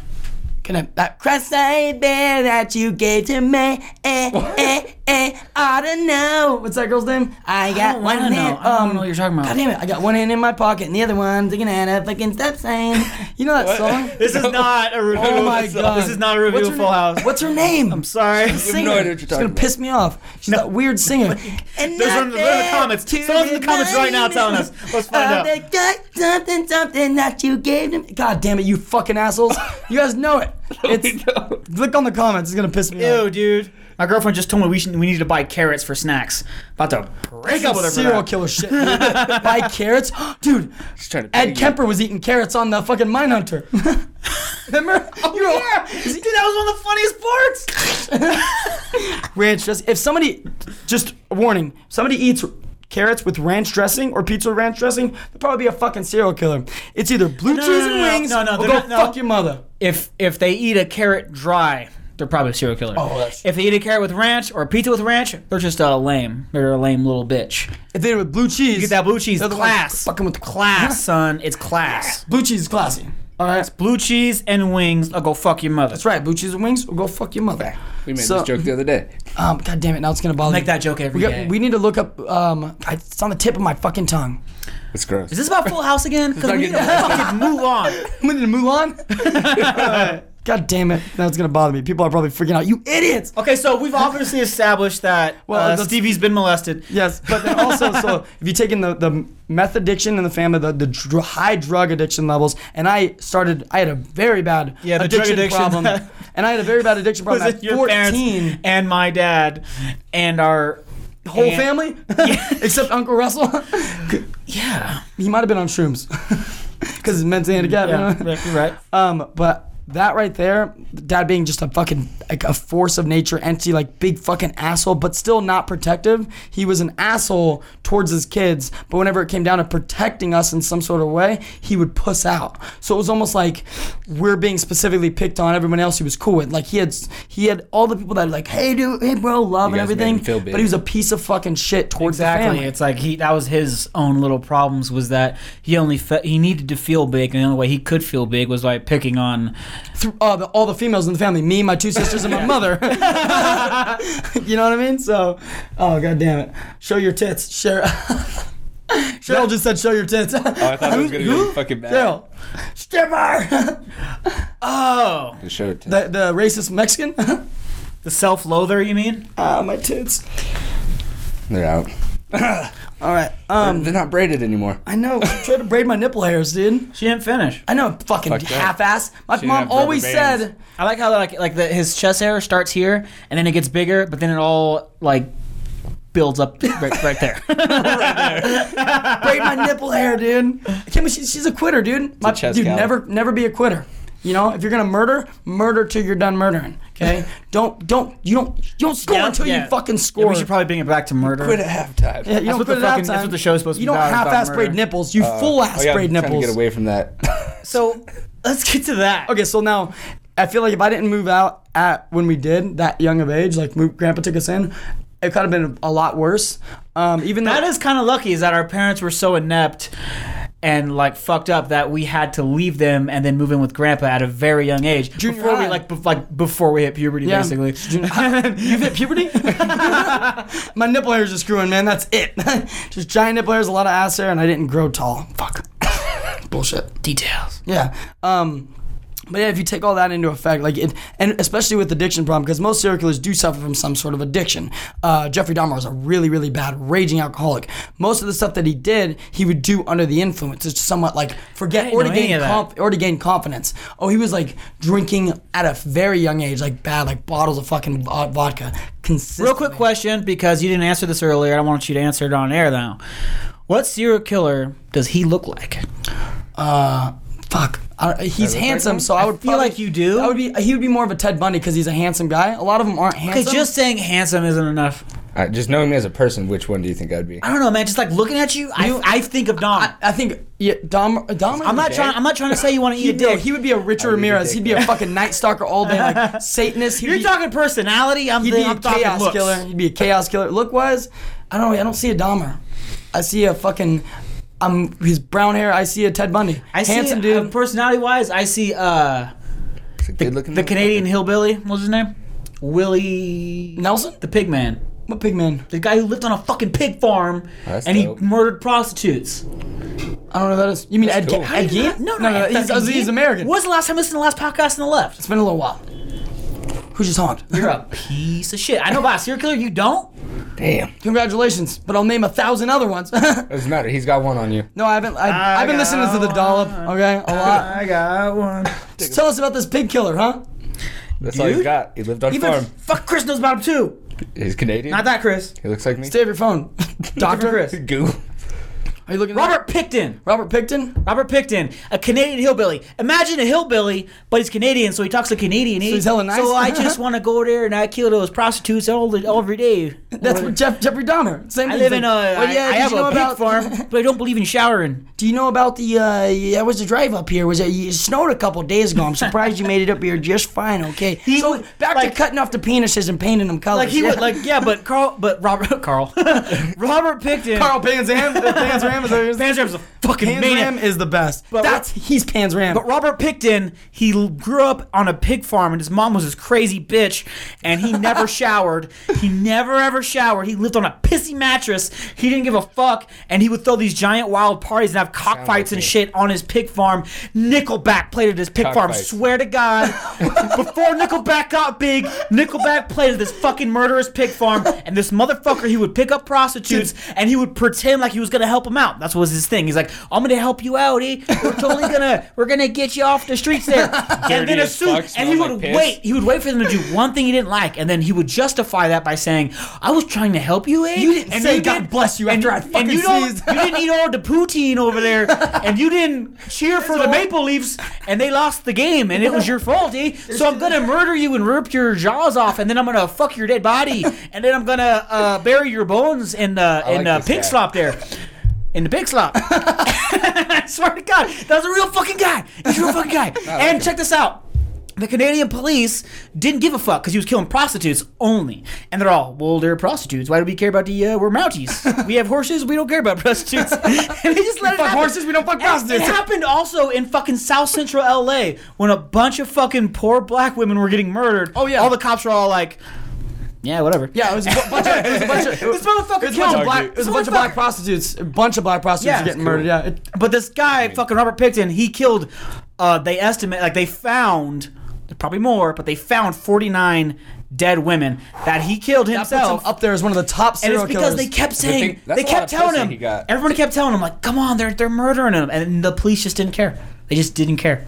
S3: Can I, that cross-eyed bear that you gave to me, eh, eh, eh, ought to know. What's that girl's name? I got
S1: don't
S3: one
S1: wanna
S3: hand. um,
S1: know. I don't know what you're talking about.
S3: God damn it! I got one hand in my pocket and the other one looking at a fucking stop sign. You know that song?
S1: This is not a review.
S3: Oh my
S1: this
S3: God.
S1: is not a review
S3: What's
S1: of
S3: her
S1: Full
S3: name?
S1: House.
S3: What's her name? I'm
S1: Sorry.
S3: Singer.
S2: no idea what you're
S3: She's gonna
S2: talking
S3: piss me off. She's that weird singer. and
S1: There's one- they're in the comments. Someone's in the comments right now telling us. Let's find out.
S3: Uh, They got something, something that you gave them. God damn it, you fucking assholes! You guys know it. It's click on the comments. It's gonna piss me
S1: Ew,
S3: off.
S1: dude. My girlfriend just told me we should, we needed to buy carrots for snacks. About to break up with her. for
S3: Serial
S1: that.
S3: killer shit. Buy carrots, dude.
S2: trying to
S3: Ed
S2: piggyback.
S3: Kemper was eating carrots on the fucking Mindhunter. Remember? You were-
S1: Oh, Yeah. Dude, that was one of the funniest parts.
S3: ranch dressing. If somebody, just a warning, somebody eats carrots with ranch dressing or pizza with ranch dressing, they'd probably be a fucking serial killer. It's either blue
S1: No, no,
S3: cheese
S1: no,
S3: and
S1: no, no.
S3: wings
S1: No, no,
S3: or
S1: they're
S3: go
S1: not- no.
S3: fuck your mother.
S1: if if they eat a carrot dry, they're probably a serial killer. Oh, that's if they eat a carrot with ranch or a pizza with ranch, they're just a lame. They're a lame little bitch.
S3: If they were with blue cheese,
S1: Get that blue cheese
S3: they're the ones
S1: class.
S3: Fucking with the
S1: class, son. It's class.
S3: Blue cheese is classy. All right.
S1: Blue cheese and wings. I'll go fuck your mother.
S3: That's right. Blue cheese and wings or go fuck your mother.
S2: We made
S3: So-
S2: this joke the other day.
S3: Um, God damn it. Now it's going to bother
S1: Make
S3: me.
S1: that joke every
S3: we,
S1: day.
S3: got- we need to look up. Um, I, it's on the tip of my fucking tongue.
S2: It's gross.
S1: Is this about Full House again? Because we need to fucking move on.
S3: We need to move on. God damn it. Now it's going to bother me. People are probably freaking out. You idiots.
S1: Okay, so we've obviously established that
S3: Well,
S1: uh,
S3: that's-
S1: Stevie's been molested.
S3: Yes, but then also, so if you take in the, the meth addiction in the family, the, the dr- high drug addiction levels, and I started, I had a very bad
S1: Yeah, the drug
S3: addiction,
S1: addiction
S3: problem.
S1: that-
S3: and I had a very bad addiction
S1: Was
S3: problem
S1: it
S3: at
S1: your
S3: 14.
S1: parents and my dad and our
S3: Whole
S1: and-
S3: family? Except Uncle Russell?
S1: Yeah,
S3: he might have been on shrooms because he's mentally handicapped. you
S1: yeah,
S3: know?
S1: right, you're right.
S3: Um, but that right there, dad being just a fucking like a force of nature entity, like big fucking asshole, but still not protective. He was an asshole towards his kids, but whenever it came down to protecting us in some sort of way, he would puss out. So it was almost like we're being specifically picked on. Everyone else he was cool with, like he had he had all the people that like, hey dude, hey bro, love and
S2: guys made
S3: everything.
S2: him feel
S3: But
S2: big.
S3: he was a piece of fucking shit towards the
S1: Exactly.
S3: family.
S1: It's like he that was his own little problems was that he only fe- he needed to feel big and the only way he could feel big was by picking on
S3: th- uh, the, all the females in the family me my two sisters and my mother you know what i mean so oh god damn it show your tits Cheryl. Cheryl just said show your tits
S2: Oh, I thought it was gonna be fucking bad.
S3: Cheryl stripper
S1: oh
S2: The show t-
S3: the, the racist Mexican
S1: the self-loather you mean?
S3: ah my tits
S2: They're out.
S3: all right um
S2: They're not braided anymore.
S3: I know try to braid my nipple hairs dude
S1: She didn't finish.
S3: I know fucking
S2: Fucked up.
S3: half-ass my
S2: didn't
S3: mom
S2: have rubber
S3: always
S2: bands.
S3: said
S1: I like how like like the, his chest hair starts here and then it gets bigger, but then it all like builds up right, right there.
S3: braid my nipple hair, dude. I can't believe she, she's a quitter, dude. My,
S2: chest
S3: dude,
S2: gout.
S3: never never be a quitter. You know, if you're gonna murder, murder till you're done murdering. Okay? don't don't you don't you don't score
S1: Yeah,
S3: until
S1: yeah.
S3: you fucking score.
S1: Yeah, we should probably bring it back to murder.
S2: Quit at halftime.
S3: Yeah,
S1: That's
S3: you don't
S1: what the
S3: put it out
S1: fucking- that's
S3: time.
S1: what the show's supposed to
S3: You
S1: be
S3: don't
S1: about, about
S3: half-ass braid
S1: murder. Uh,
S3: nipples. You full-ass
S2: Oh, yeah,
S3: braid
S2: I'm Trying to get
S3: nipples.
S2: away from that.
S1: So let's get to that.
S3: Okay, so now I feel like if I didn't move out at when we did that young of age, like move, Grandpa took us in, it could have been a lot worse. Um, even though
S1: That is kind of lucky is that our parents were so inept and like fucked up that we had to leave them and then move in with grandpa at a very young age
S3: Junior
S1: before
S3: high.
S1: we like bef- like before we hit puberty
S3: Yeah.
S1: basically.
S3: You've hit puberty? My nipple hair's just growing, man. That's it. just giant nipple hairs, a lot of ass hair, and I didn't grow tall. Fuck. Bullshit.
S1: Details.
S3: Yeah. Um, But yeah, if you take all that into effect, like it, and especially with addiction problem, because most serial killers do suffer from some sort of addiction. Uh, Jeffrey Dahmer is a really, really bad raging alcoholic. Most of the stuff that he did, he would do under the influence. It's somewhat like forget
S1: didn't
S3: or to
S1: know any
S3: gain
S1: of that.
S3: conf- or to gain confidence. Oh, he was like drinking at a very young age, like bad, like bottles of fucking vo- vodka. Consistently.
S1: Real quick question, because you didn't answer this earlier, I want you to answer it on air now. What serial killer does he look like?
S3: Uh, fuck. I, he's handsome, so I would
S1: feel
S3: probably-
S1: like you do.
S3: I would be. He would be more of a Ted Bundy because he's a handsome guy. A lot of them aren't handsome.
S1: Okay, just saying handsome isn't enough.
S2: All right, just knowing me as a person, which one do you think I'd be?
S1: I don't know, man. Just like looking at you, I, I think of Dom. I,
S3: I think yeah, Dom. Dom
S1: am not trying. I'm not trying to say you want to eat a
S3: He'd, no,
S1: dick.
S3: he would be a Richard Ramirez.
S2: dick.
S3: He'd be a fucking Night Stalker all day, like Satanist. He'd
S1: You're
S3: be,
S1: talking personality. I'm,
S3: He'd
S1: the,
S3: be
S1: I'm
S3: a
S1: talking
S3: chaos
S1: looks.
S3: killer. He'd be a chaos killer. Look wise, I don't. I don't see a Dahmer. I see a fucking. I'm his brown hair. I see a Ted Bundy.
S1: I see,
S3: handsome dude.
S1: personality wise, I see uh
S2: Good looking.
S1: the Canadian hillbilly. What was his name? Willie
S3: Nelson,
S1: the pig man.
S3: what pig man?
S1: The guy who lived on a fucking pig farm
S2: Oh, That's
S1: and
S2: dope.
S1: he murdered prostitutes.
S3: I don't know who that is. You mean Ed?
S2: cool.
S3: Ge- Ed Gein?
S1: No, no,
S3: no, no.
S1: I
S3: He's,
S1: thought-
S3: he's American.
S1: When's the last time I listened to the last podcast on the left?
S3: It's been a little while. Who's just honked?
S1: You're a piece of shit. I know about a serial killer. You don't.
S2: Damn,
S3: Congratulations, but I'll name a thousand other ones. no,
S2: doesn't matter. He's got one on you.
S3: I haven't. I, I have been listening to the dollop. Okay, a lot.
S1: I got one.
S3: Just tell us about this pig killer, huh?
S2: That's all he's
S1: Dude?
S2: got. He lived on a
S1: Even
S2: farm.
S1: fuck Chris knows about him too.
S2: He's Canadian.
S1: Not that Chris.
S2: He looks like me.
S3: Stay off your phone,
S1: Different
S3: doctor.
S1: Chris.
S2: Goo.
S3: Are you looking? at-
S1: Robert Picton.
S3: Robert Picton.
S1: Robert Picton, a Canadian hillbilly. Imagine a hillbilly, but he's Canadian, so he talks like Canadian. eh?
S3: he's hella nice.
S1: So I just want to go there and I kill those prostitutes all the, every day.
S3: That's what Jeff Jeffrey Dahmer. Same
S1: I
S3: thing.
S1: live in a.
S3: Well,
S1: I-
S3: yeah,
S1: I
S3: did
S1: have
S3: you know
S1: a pig
S3: about,
S1: farm, but I don't believe in showering.
S3: Do you know about the? uh Yeah, was the drive up here? Was it, it snowed a couple days ago? I'm surprised you made it up here just fine. Okay. so
S1: would-
S3: back
S1: like-
S3: to cutting off the penises and painting them colors.
S1: Like he
S3: yeah.
S1: would like yeah, but Carl, but Robert, Carl, Robert Picton.
S3: Carl Panzam. Panzam is
S1: Van Zandt's a fucking maniac.
S3: Panzam is the best. That's he's Panzam.
S1: But Robert Picton, he l- grew up on a pig farm, and his mom was this crazy bitch, and he never showered. He never ever showered. He lived on a pissy mattress. He didn't give a fuck, and he would throw these giant wild parties and have cockfights
S2: like
S1: and
S2: me.
S1: shit on his pig farm. Nickelback played at his pig farm.
S2: Cockfights.
S1: Swear to God, before Nickelback got big, Nickelback played at this fucking murderous pig farm, and this motherfucker, he would pick up prostitutes and he would pretend like he was gonna help him out. That's what was his thing. He's like, I'm gonna help you out, eh? We're totally gonna, we're gonna get you off the streets there. and then
S7: Dirty
S1: as
S7: as
S1: soon,
S7: fuck,
S1: and he
S7: smell
S1: would
S7: like piss.
S1: wait, he would wait for them to do one thing he didn't like, and then he would justify that by saying, I was trying to help you, eh?
S3: You didn't
S1: and
S3: say, "God bless you," after I
S1: and,
S3: fucking
S1: and you don't-
S3: sneezed.
S1: you didn't eat all the poutine over there, and you didn't cheer for the Maple Leafs, and they lost the game, and it was your fault, eh? So I'm gonna murder you and rip your jaws off, and then I'm gonna fuck your dead body, and then I'm gonna uh, bury your bones in the in
S2: like
S1: the
S2: this
S1: pig
S2: guy.
S1: slop there. In the pig slop. I swear to God, that was a real fucking guy. He's a real fucking guy. and check this out. The Canadian police didn't give a fuck because he was killing prostitutes only, and they're all, well, they're prostitutes. Why do we care about the? Uh, we're Mounties. we have horses. We don't care about prostitutes. and they just let it
S3: fuck
S1: happen.
S3: horses, we don't fuck
S1: And
S3: prostitutes.
S1: It happened also in fucking South Central L.A. when a bunch of fucking poor black women were getting murdered. Oh
S3: yeah.
S1: all the cops were all like, yeah, whatever.
S3: Yeah, it was a bu- bunch of, it was a bunch of,
S1: This motherfucker
S3: it was a bunch
S1: killed
S3: of black,
S1: dude.
S3: it was a
S1: This
S3: bunch of black prostitutes, a bunch of black prostitutes
S1: Yeah.
S3: getting murdered. Yeah, it,
S1: But this guy, fucking Robert Picton, he killed. Uh, they estimate like they found probably more, but they found 49 dead women that he killed
S3: that puts him
S1: himself.
S3: up there as one of the top
S1: and
S3: serial
S1: it's because
S3: killers.
S1: they kept
S2: thing-
S1: saying
S2: that's
S1: they
S2: a
S1: kept
S2: lot of pussy
S1: telling him.
S2: he got.
S1: Everyone kept telling him like, "Come on, they're they're murdering him," and the police just didn't care. They just didn't care.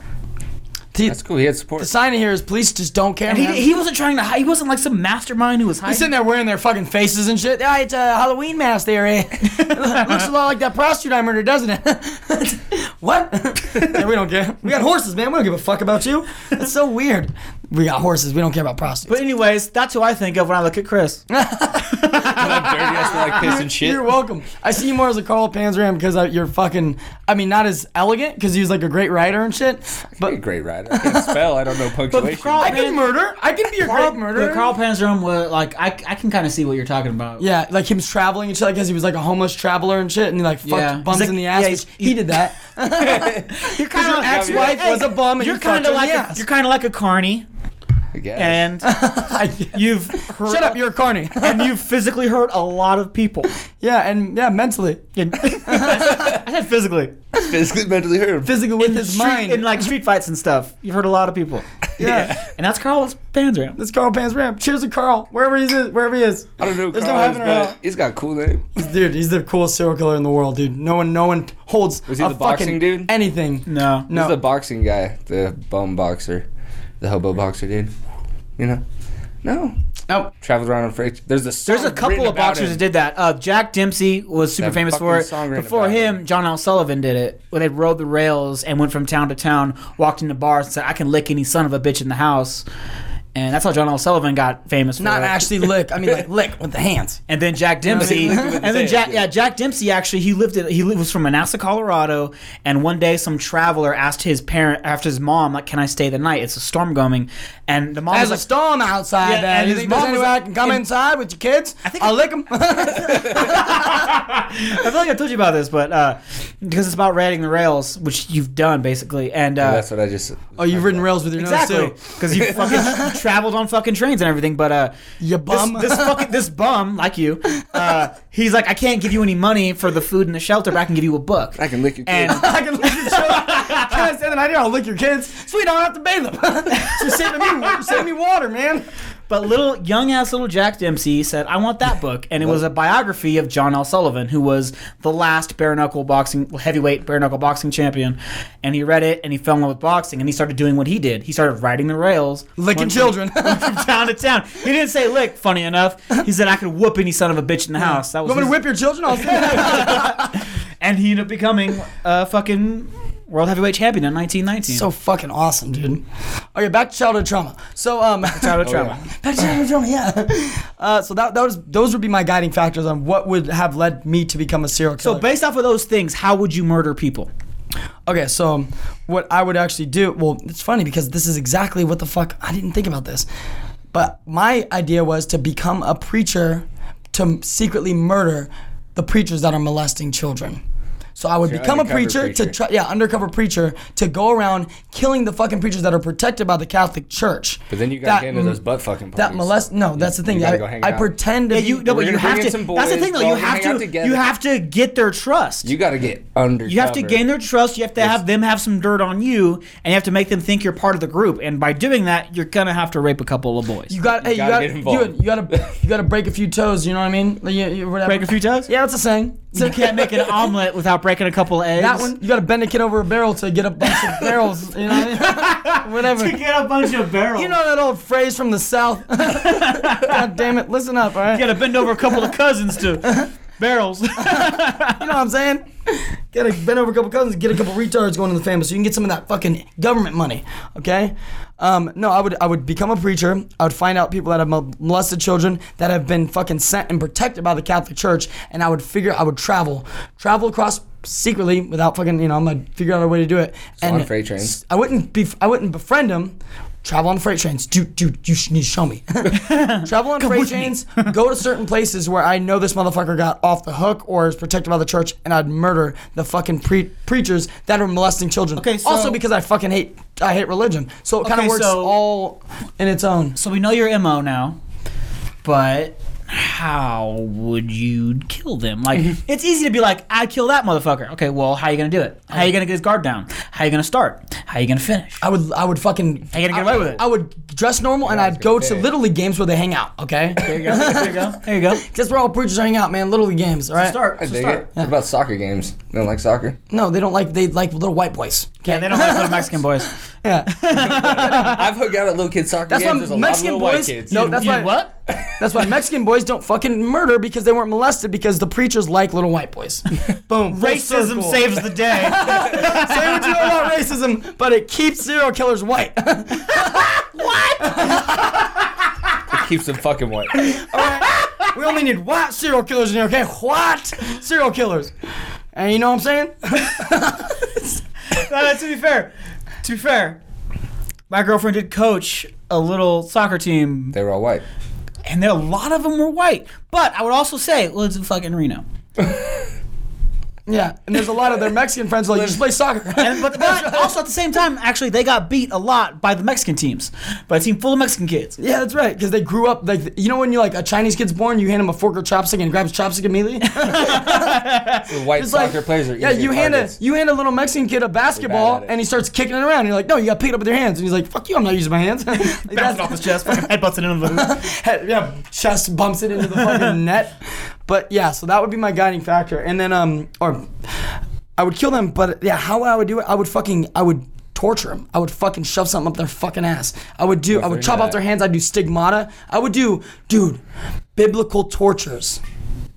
S3: the,
S2: That's cool. He had support.
S3: the sign in here is police just don't care.
S1: And he,
S3: man.
S1: he wasn't trying to. hi- He wasn't like some mastermind who was
S3: He's sitting
S1: hiding.
S3: there wearing their fucking faces and shit. Yeah, it's a Halloween mask there, eh? Looks a lot like that prostitute I murdered, doesn't it? what? Yeah, we don't care. We got horses, man. We don't give a fuck about you. That's so weird. We got horses. We don't care about prostitutes.
S1: But anyways, that's who I think of when I look at Chris.
S7: Dirty ass like piss and shit.
S3: You're welcome. I see you more as a Carl Panzram because I- you're fucking. I mean, not as elegant because he was like a great writer and shit.
S2: But great rider. I can't spell. I don't know punctuation.
S1: Carl-
S3: I can
S1: Man.
S3: murder. I can be a
S1: Carl,
S3: great murderer.
S1: the Carl Panzrum was like I, I can kind of see what you're talking about.
S3: Yeah, like him traveling and shit. I guess he was like a homeless traveler and shit, and he like fucked
S1: Yeah.
S3: bums
S1: He's like-
S3: in the ass.
S1: yeah,
S3: which
S1: he's-
S3: he did that.
S1: you're kind
S3: your ex-wife was a bum and
S1: You're
S3: you fucked
S1: kind of
S3: her in
S1: like
S3: the
S1: a,
S3: ass.
S1: you're kind of like a carny.
S2: I guess.
S1: and you've hurt
S3: Shut up, you're a carny.
S1: and you've physically hurt a lot of people.
S3: yeah, and yeah, mentally,
S1: And- I said physically.
S2: physically, mentally hurt.
S3: physically with his
S1: Street-
S3: mind.
S1: in like street fights and stuff. You've hurt a lot of people.
S3: yeah,
S1: And that's Carl's Pan's Ram.
S3: this Carl Pants ramp. Cheers to Carl, wherever he is, wherever he is.
S2: I don't know.
S3: There's
S2: Carl
S3: no
S2: is,
S3: heaven or
S2: but
S3: hell.
S2: He's got a cool name.
S3: Dude, he's the coolest serial killer in the world, dude. No one, no one holds.
S2: Was he
S3: a
S2: the boxing
S3: fucking
S2: dude?
S3: Anything?
S1: No.
S2: He's the
S3: No.
S2: boxing guy, the bum boxer, the hobo boxer dude. You know? No.
S3: Nope.
S2: Travels around on freight. There's a song
S1: There's a couple
S2: written
S1: of
S2: about
S1: boxers
S2: him.
S1: that did that. Uh, Jack Dempsey was super
S2: That
S1: famous
S2: fucking
S1: for it.
S2: song written
S1: Before
S2: about
S1: him,
S2: him.
S1: John L. Sullivan did it, where they rode the rails and went from town to town, walked into bars and said, "I can lick any son of a bitch in the house," and that's how John L. Sullivan got famous. For
S3: Not
S1: it.
S3: actually lick. I mean, like lick with the hands.
S1: And then Jack Dempsey, and then Jack, yeah, Jack Dempsey actually he lived in, he li- was from Manassas, Colorado, and one day some traveler asked his parent, after his mom, like, "Can I stay the night? It's a storm coming," and the mom
S3: There's
S1: was like,
S3: a storm outside,
S1: Yeah,
S3: Dad.
S1: and
S3: you
S1: his
S3: think there's
S1: mom was
S3: any way I
S1: like-
S3: can come
S1: and-
S3: inside with your kids? I think I'll lick them.
S1: I feel like I told you about this, but uh, because it's about riding the rails, which you've done basically, and uh,
S2: That's what I just.
S3: oh, you've ridden rails with your
S1: exactly
S3: nose too.
S1: because you fucking traveled on fucking trains and everything. But uh,
S3: You bum.
S1: this, this fucking this bum like you, uh, he's like, I can't give you any money for the food and the shelter, but I can give you a book.
S2: I can lick your kid.
S1: and
S3: I can lick your children. Can I say that I do? I'll lick your kids. Sweet, I don't have to bathe them. You're saving me, you're saving me water, man.
S1: but little young ass little Jack Dempsey said, I want that book, and it was a biography of John L. Sullivan, who was the last bare knuckle boxing heavyweight bare knuckle boxing champion, and he read it and he fell in love with boxing and he started doing what he did. He started riding the rails,
S3: Licking
S1: Went-
S3: children.
S1: from town to town. He didn't say lick. Funny enough, he said I could whoop any son of a bitch in the house. That was
S3: Want me to
S1: his-
S3: whip your children? I'll say
S1: and he ended up becoming a fucking world heavyweight champion in 1919.
S3: So fucking awesome, dude. Okay, back to childhood trauma. So, um,
S1: Tyler Trevor.
S3: back to childhood trauma, yeah. Uh, so that, that was, those would be my guiding factors on what would have led me to become a serial
S1: So
S3: killer.
S1: based off of those things, how would you murder people?
S3: Okay, so um, what I would actually do, well, it's funny because this is exactly what the fuck I didn't think about this. But my idea was to become a preacher to m- secretly murder the preachers that are molesting children. So I would become a
S2: undercover
S3: preacher,
S2: preacher.
S3: to try, yeah, undercover preacher to go around killing the fucking preachers that are protected by the Catholic Church.
S2: but then you got
S3: that
S2: to into those
S3: m-
S2: butt fucking parties.
S3: that molest. No, that's the thing.
S2: you
S3: I,
S2: gotta go hang
S3: I
S2: out.
S3: pretend to.
S1: Yeah,
S3: be-
S1: you no, but
S2: We're
S1: you
S2: gonna
S1: have
S2: bring
S1: to.
S2: in some
S1: that's the
S2: boys,
S1: thing, though.
S2: we're all
S1: You
S2: gonna
S1: have
S2: hang out
S1: to.
S2: together.
S1: You have to get their trust.
S2: You
S1: You,
S2: got to get under.
S1: have to gain their trust. You have to have them have some dirt on you, and you have to make them think you're part of the group. And by doing that, you're gonna have to rape a couple of boys.
S3: You got. Hey, you
S2: gotta
S3: got.
S2: get
S3: You
S2: involved.
S3: gotta. You gotta break a few toes. You know what I mean? Like, you- you- whatever.
S1: break a few toes.
S3: Yeah, that's a saying.
S1: You can't make an omelet without breaking a couple of eggs.
S3: That one, you gotta bend a kid over a barrel to get a bunch of barrels, you know? what I mean? Whatever. You
S1: Get a bunch of barrels. You know,
S3: know that old phrase from the South? God damn it, listen up, alright?
S1: you gotta bend over a couple of cousins to barrels.
S3: You know what I'm saying? Gotta bend over a couple cousins, get a couple retards going in the family, so you can get some of that fucking government money. Okay? Um, no, I would I would become a preacher. I would find out people that have mol- molested children that have been fucking sent and protected by the Catholic Church, and I would figure I would travel, travel across secretly without fucking you know I'm gonna figure out a way to do it. and
S2: on freight trains.
S3: I wouldn't be I wouldn't befriend him. Travel on freight trains, dude. Dude, you sh- need to show me. Travel on freight trains. go to certain places where I know this motherfucker got off the hook or is protected by the church, and I'd murder the fucking pre- preachers that are molesting children.
S1: Okay, so-
S3: also because I fucking hate I hate religion, so it kind of
S1: Okay,
S3: works
S1: so-
S3: all in its own.
S1: so we know your mo now, but how would you kill them? Like it's easy to be like, I kill that motherfucker. Okay, well, how you gonna do it? How you gonna get his guard down? How you gonna start? How you gonna finish?
S3: I would I would fucking
S1: How you gonna get away with it?
S3: I would dress normal and I'd go to little league games where they hang out. Okay,
S1: there you go. There you go. There you go.
S3: that's where all preachers hang out, man. Little league games. All right.
S1: Start.
S2: I
S1: So
S2: dig
S1: start.
S2: it. What about soccer games? You don't like soccer?
S3: No, they don't like they like little white boys. Okay.
S1: Yeah, they don't like little Mexican boys.
S3: Yeah.
S2: I've hooked out at little kids soccer
S3: That's
S2: games.
S3: why
S2: There's a
S3: Mexican
S2: lot of little
S3: boys.
S2: white kids.
S3: No, that's
S1: You
S3: why.
S1: what?
S3: That's why Mexican boys don't fucking murder because they weren't molested because the preachers like little white boys. Boom. full
S1: Racism
S3: circle.
S1: saves the day.
S3: Say what you want about racism, but it keeps serial killers white.
S2: It keeps them fucking white.
S3: we only need white serial killers in here, okay? White serial killers. And you know what I'm saying?
S1: No, no, Uh, to be fair, to be fair, my girlfriend did coach a little soccer team,
S2: They were all white.
S1: and there, a lot of them were white. But I would also say, well, it's in fucking Reno.
S3: Yeah, and there's a lot of their Mexican friends who are like you just play soccer.
S6: And, but, but also at the same time, actually, they got beat a lot by the Mexican teams, by a team full of Mexican kids.
S3: yeah, that's right, because they grew up like you know when you like a Chinese kid's born, you hand him a fork or chopstick and he grabs chopstick immediately.
S2: White
S3: It's like-
S2: soccer players are
S3: yeah.
S2: easy
S3: You hand
S2: targets.
S3: a you hand a little Mexican kid a basketball
S2: at it.
S3: and he starts kicking it around. And you're like, no, you got to pick it up with your hands. And he's like, fuck you, I'm not using my hands. Like, that's-
S6: Bouncing off his chest, fucking headbutts it into the
S3: head, yeah, chest bumps it into the fucking net. But yeah, so that would be my guiding factor. And then um, or I would kill them. But yeah, how I would do it, I would fucking, I would torture them. I would fucking shove something up their fucking ass. I would do, I would chop off their hands. I'd do stigmata. I would do, dude, biblical tortures.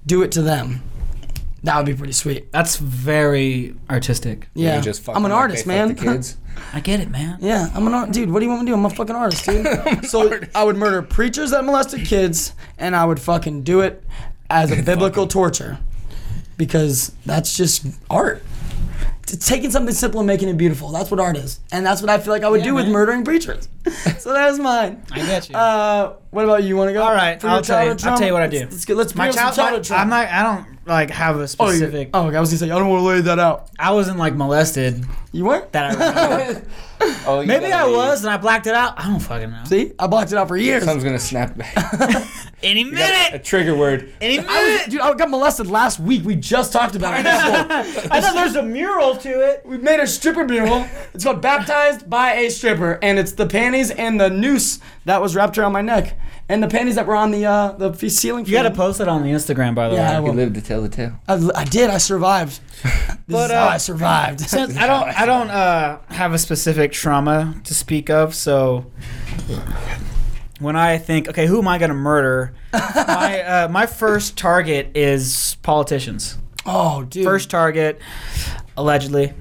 S3: Do it to them. That would be pretty sweet.
S6: That's very artistic.
S3: Yeah,
S2: You just fuck
S3: I'm an
S2: them like
S3: artist,
S2: they fuck
S3: man.
S2: The kids.
S6: I get it, man.
S3: Yeah, I'm an art, dude. What do you want me to do? I'm a fucking artist, dude. so I would murder preachers that molested kids, and I would fucking do it as a biblical torture, because that's just art. It's taking something simple and making it beautiful. That's what art is, and that's what I feel like I would do with
S6: man.
S3: murdering preachers. so that is mine.
S6: I get you.
S3: Uh, what about you? Want to go?
S6: All right,
S3: your
S6: I'll tell you-
S3: childhood
S6: I'll tell you what I
S3: trauma?
S6: do.
S3: Let's, let's get, let's
S6: my
S3: bring up some
S6: child,
S3: childhood
S6: my-
S3: trauma.
S6: I'm not. I don't like have a
S3: Oh, you-
S6: specific.
S3: oh, okay, I was gonna say I don't want to lay that out.
S6: I wasn't like molested.
S3: You weren't?
S6: That I remember.
S2: Oh, you
S6: maybe
S2: gotta
S6: I
S2: leave.
S6: was and I blacked it out. I don't fucking know.
S3: See, I blocked it out for years.
S2: Someone's gonna snap back.
S6: Any
S2: a
S6: minute,
S2: trigger word.
S6: any
S3: I was-
S6: minute.
S3: dude, I got molested last week. We just talked about it.
S6: I thought there's a mural to it.
S3: We made a stripper mural. It's called Baptized by a Stripper, and it's the panties and the noose that was wrapped around my neck, and the panties that were on the uh, the f- ceiling.
S6: You gotta post it on the Instagram, by the
S3: Yeah, I
S6: way.
S2: You
S3: will.
S2: live to tell the tale.
S3: I, I did. I survived. This is how I survived.
S6: Since I don't, I don't uh, have a specific trauma to speak of, so when I think, okay, who am I gonna murder? my uh, my first target is politicians.
S3: oh, dude.
S6: First target, allegedly.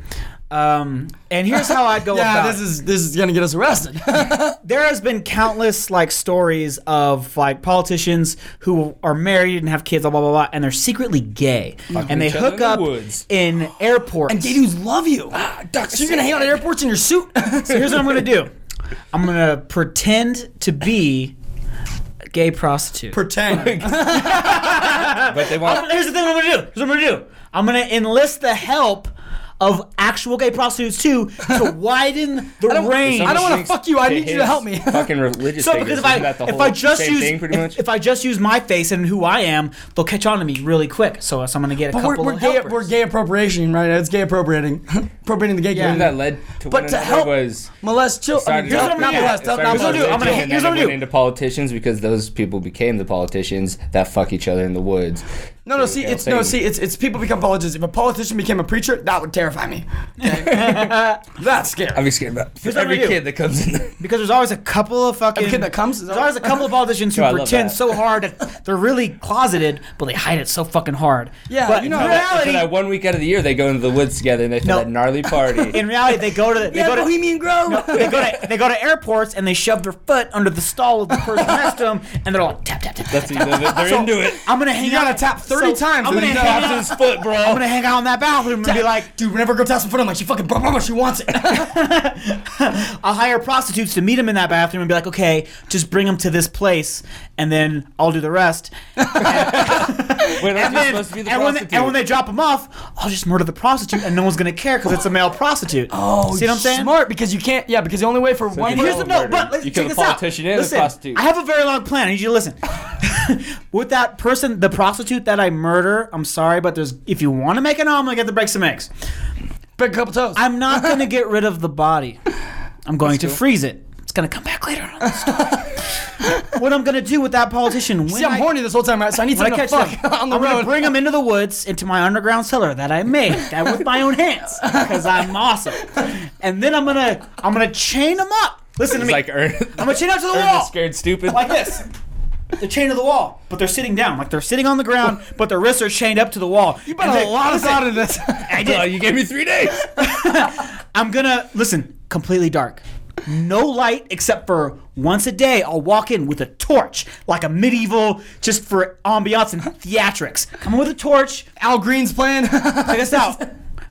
S6: Um, and here's how I go
S3: yeah,
S6: about.
S3: this is this is gonna get us arrested.
S6: there has been countless like stories of like politicians who are married and have kids, blah blah blah, blah and they're secretly gay, and they
S2: each other
S6: hook
S2: in the
S6: up
S2: woods.
S6: in airports.
S3: and gay dudes love you. so you're gonna hang out at airports in your suit.
S6: So here's what I'm gonna do. I'm gonna pretend to be a gay prostitute.
S3: Pretend.
S2: But they want.
S6: I'm- here's the thing I'm gonna do. Here's what I'm gonna do. I'm gonna enlist the help of actual gay prostitutes too to widen the range.
S3: I don't want to fuck you. I need you to help me.
S2: Fucking religious.
S6: So
S2: figures.
S6: because if I
S2: Isn't that the
S6: if
S2: whole
S6: I just
S2: same
S6: use
S2: thing, pretty
S6: if-
S2: much.
S6: If, I just use my face and who I am, they'll catch on to me really quick. So, so I'm gonna get a
S3: But we're,
S6: couple
S3: we're
S6: of
S3: gay.
S6: helpers.
S3: We're gay appropriation, right? It's gay appropriating, appropriating the gay
S2: Isn't
S3: community.
S2: that led to
S3: But
S2: one
S3: to
S2: another
S3: help-
S2: was
S3: molest children. I mean,
S2: started
S3: here's
S2: out-
S3: what I'm not
S2: yeah,
S3: molest.
S2: it
S3: Not
S2: started
S3: not
S2: out
S6: gonna do. I'm
S3: molest.
S6: gonna-
S2: religion, and
S6: here's
S2: then
S6: what I'm
S2: it
S6: gonna
S2: went into politicians because those people became the politicians that fuck each other in the woods.
S3: No, no. See, it's no. See, it's it's people become politicians. If a politician became a preacher, that would terrify me. Okay? That's scary.
S2: I'd be scared about
S6: Here's what I'm
S2: every
S6: gonna do.
S2: kid that comes in. There.
S6: because there's always a couple of fucking
S3: Every kid that comes? Is that
S6: There's always a
S3: right?
S6: couple of politicians who
S2: Yo, I love
S6: pretend
S2: that.
S6: so hard that they're really closeted, but they hide it so fucking hard.
S3: Yeah,
S6: but
S3: you know
S6: in
S3: how
S2: Until that- until
S6: reality,
S2: that one week out of the year, they go into the woods together and they throw
S6: No.
S2: that gnarly party.
S6: in reality, they go to the, they
S3: yeah,
S6: go to
S3: Bohemian Grove.
S6: they go to they go to airports and they shove their foot under the stall of the person next to them, and they're like tap tap tap. tap.
S2: That's they're, they're into it.
S6: I'm gonna hang
S3: You gotta
S6: out.
S3: tap 30 times
S6: I'm
S3: and
S6: gonna
S3: then
S6: hang
S3: tap
S6: out.
S2: His foot, bro.
S6: I'm gonna hang out in that bathroom and be like,
S3: dude, whenever I go tap some foot, I'm like, she fucking blah, blah, blah, she wants it.
S6: I'll hire prostitutes to meet him in that bathroom and be like, okay, just bring him to this place, and then I'll do the rest.
S2: Wait, aren't
S6: And,
S2: you
S6: then,
S2: supposed to be the
S6: and, when they,
S2: prostitute?
S6: and when they drop him off, I'll just murder the prostitute, and no one's gonna care because it's a male prostitute.
S3: Oh,
S6: see what I'm saying?
S3: Smart, because you can't. Yeah, because the only way for one.
S6: And here's the
S2: Well,
S6: no, but
S2: murder.
S6: let's
S2: You
S6: check
S2: kill the
S6: this out.
S2: politician and the
S6: listen,
S2: prostitute.
S6: I have a very long plan. I need you to listen. With that person, the prostitute that I murder, I'm sorry, but there's if you want to make an omelet, you have to break some eggs.
S3: Big couple toes.
S6: I'm not gonna get rid of the body. I'm going to freeze it. It's gonna come back later on. in the story. what I'm gonna do with that politician? When
S3: See, I'm
S6: I-
S3: horny this whole time, right? So I need
S6: when I
S3: something to
S6: catch
S3: fuck
S6: them,
S3: on the
S6: I'm
S3: road.
S6: gonna bring them into the woods, into my underground cellar that I made, that with my own hands, because I'm awesome. And then I'm gonna, I'm gonna chain them up. Listen to
S2: It's
S6: me.
S2: like Ern,
S6: I'm gonna chain up to the
S2: Ern is
S6: wall
S2: scared stupid.
S6: like this. They're chained to the wall, but they're sitting down. Like they're sitting on the ground, but their wrists are chained up to the wall. You
S3: put a lot of thought into this.
S6: I
S2: Oh,
S6: did.
S2: you gave me three days.
S6: I'm gonna listen. Completely dark, no light except for once a day. I'll walk in with a torch, like a medieval, just for ambiance and theatrics. Come in with a torch.
S3: Al Green's playing.
S6: Check this out.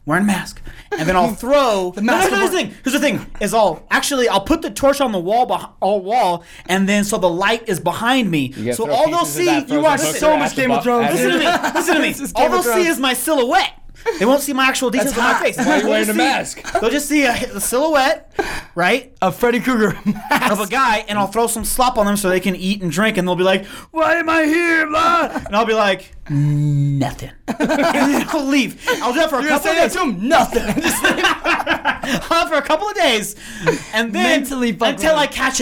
S6: Wearing a mask, and then I'll throw. the
S3: mask
S6: no, no, no, here's
S3: will
S6: the thing. Here's the thing. Is I'll actually I'll put the torch on the wall, beh- all wall, and then so the light is behind me.
S2: gotta
S6: So
S2: throw
S6: all they'll
S2: pieces of
S6: see,
S2: that frozen
S6: you watch
S2: hooker
S6: so
S2: at
S6: much
S2: the
S6: Game
S2: bo-
S6: of Thrones.
S2: at
S6: Listen to
S2: the-
S6: me. Listen to me.
S3: This is Game
S6: All
S3: of
S6: they'll see
S3: Thrones.
S6: is my silhouette. They won't see my actual details on my face.
S8: Why are you
S6: They'll
S8: wearing
S6: just
S8: a
S6: see-
S8: mask?
S6: They'll just see a, a silhouette, right,
S3: A Freddy Krueger mask.
S6: of a guy, and I'll throw some slop on them so they can eat and drink, and they'll be like, "Why am I here?" Blah, and I'll be like, "Nothing," and then I'll leave. I'll do that for a couple
S3: Say that
S6: of days.
S3: to him. Nothing.
S6: I'll do that for a couple of days, and then
S3: Mentally fuck
S6: until
S3: around.
S6: I catch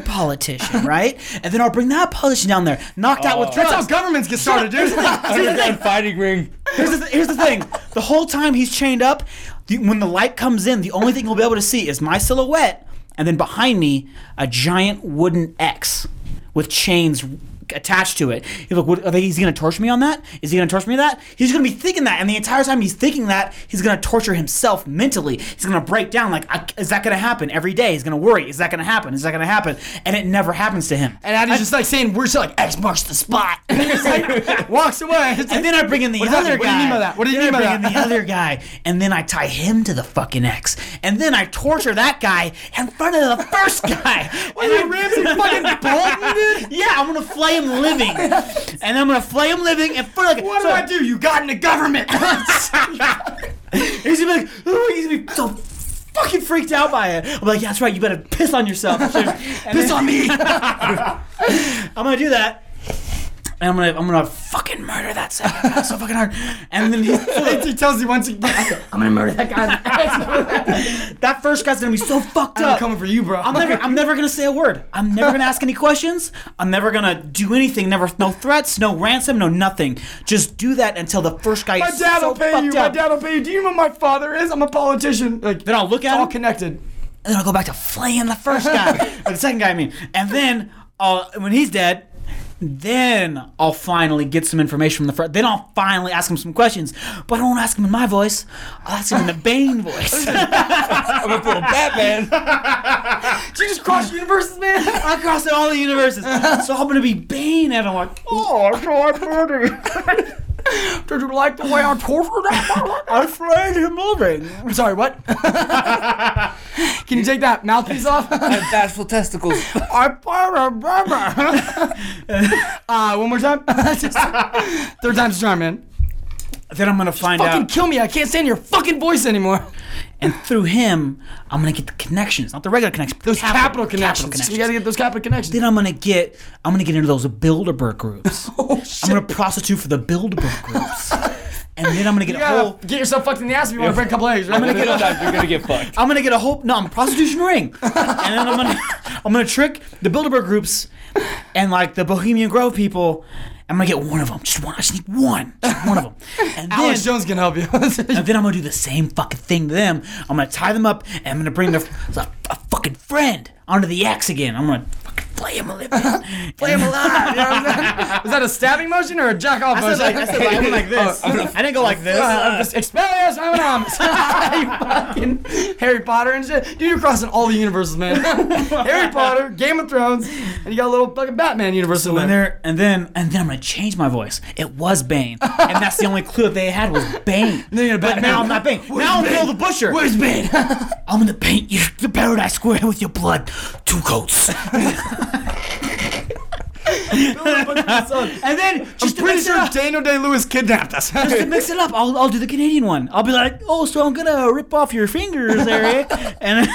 S6: politician, right, and then I'll bring that politician down there, knocked out with drugs.
S3: Oh. That's how governments get started, dude.
S8: Underground fighting ring.
S6: Here's the, th- here's the thing. The whole time he's chained up, the, when the light comes in, the only thing he'll be able to see is my silhouette, and then behind me, a giant wooden X with chains attached to it. He's like, what, are they, he's going to torture me on that? Is he going to torture me on that? He's going to be thinking that, and the entire time he's thinking that, he's going to torture himself mentally. He's going to break down, like, I, is that going to happen every day? He's going to worry, is that going to happen? Is that going to happen? And it never happens to him.
S3: And Addy's just like saying, we're just like, X marks the spot. And he's like, walks away. It's
S6: And
S3: like-
S6: then I bring in the
S3: What does that
S6: other
S3: mean? What
S6: guy.
S3: do you mean by that? What do you
S6: Then
S3: mean
S6: I
S3: by
S6: bring in the
S3: that?
S6: other guy, and then I tie him to the fucking X, and then I torture that guy in front of the first guy. and I
S3: Ramsey fucking Bolton, dude?
S6: Yeah, I'm gonna flay him living, and I'm gonna flay him living in front of.
S3: What do I do? You got in the government.
S6: He's gonna be like, "Ooh," he's gonna be so fucking freaked out by it. I'm like, yeah, that's right. You better piss on yourself. piss on me. I'm gonna do that. And I'm gonna, I'm gonna fucking murder that second guy so fucking hard. And then he's,
S3: he tells you once again, I'm gonna murder that guy.
S6: that first guy's gonna be so fucked
S3: I'm
S6: up.
S3: coming for you, bro.
S6: Uh, I'm never, I'm never gonna say a word. I'm never gonna ask any questions. I'm never gonna do anything. Never, no threats, no ransom, no nothing. Just do that until the first guy
S3: My
S6: is
S3: dad
S6: so
S3: will pay
S6: fucked
S3: you. My
S6: up.
S3: dad will pay you. Do you know what my father is? I'm a politician. Like,
S6: Then I'll look
S3: it's
S6: at
S3: all
S6: him.
S3: connected.
S6: and then I'll go back to flaying the first guy, or the second guy, I mean. And then I'll, when he's dead, then I'll finally get some information from the first. Then I'll finally ask him some questions, but I won't ask him in my voice. I'll ask him in the Bane voice.
S8: I'm a little Batman.
S3: Did you just cross universes, man?
S6: I crossed out all the universes, so I'm gonna be Bane, and I'm like, oh, so I murdered.
S3: Did you like the way I tortured that?
S6: I flayed him living.
S3: I'm sorry, what? Can you take that mouthpiece off?
S2: have bashful testicles.
S3: I Uh, one more time. Just- Third time's a charm, man.
S6: Then I'm gonna find
S3: Fucking
S6: out,
S3: kill me. I can't stand your fucking voice anymore.
S6: and through him, I'm gonna get the connections, not the regular connections,
S3: Those capital, connections. We gotta get those capital connections.
S6: then I'm gonna get I'm gonna get into those Bilderberg groups. I'm gonna prostitute for the Bilderberg groups, and then I'm gonna get
S3: you
S6: a
S3: gotta
S6: whole.
S3: get yourself fucked in the ass if you want to break a couple eggs, right? I'm gonna
S8: Little times you're gonna get fucked.
S6: I'm gonna get a whole no, I'm a prostitution ring, and then I'm gonna I'm gonna trick the Bilderberg groups and like the Bohemian Grove people. I'm gonna get one of them, just one. I just need one, just one of them. And then,
S3: Alex Jones can help you.
S6: and then I'm gonna do the same fucking thing to them. I'm gonna tie them up and I'm gonna bring their a, a fucking friend onto the X again. I'm gonna fucking play him a little bit. play him alive.
S3: Is that a stabbing motion or a jack off
S6: I
S3: motion?
S6: said like, I said like, I went like this. I didn't go like this.
S3: Expelliarmus Magnum. You fucking Harry Potter and shit. Dude, you're crossing all the universes, man. Harry Potter, Game of Thrones, and you got a little fucking Batman universe in
S6: and
S3: there.
S6: there, and then, and then I'm gonna change my voice. It was Bane, and that's the only clue that they had was Bane.
S3: then you're
S6: but
S3: Batman.
S6: now I'm not Bane. now I'm Bill the Butcher.
S3: Where's Bane?
S6: I'm gonna paint you the Paradise Square with your blood, two coats, and then just to
S3: Pretty
S6: mix it
S3: sure
S6: up,
S3: Daniel Day Lewis kidnapped us.
S6: just to mix it up, I'll, I'll do the Canadian one. I'll be like, oh, so I'm gonna rip off your fingers, Eric, and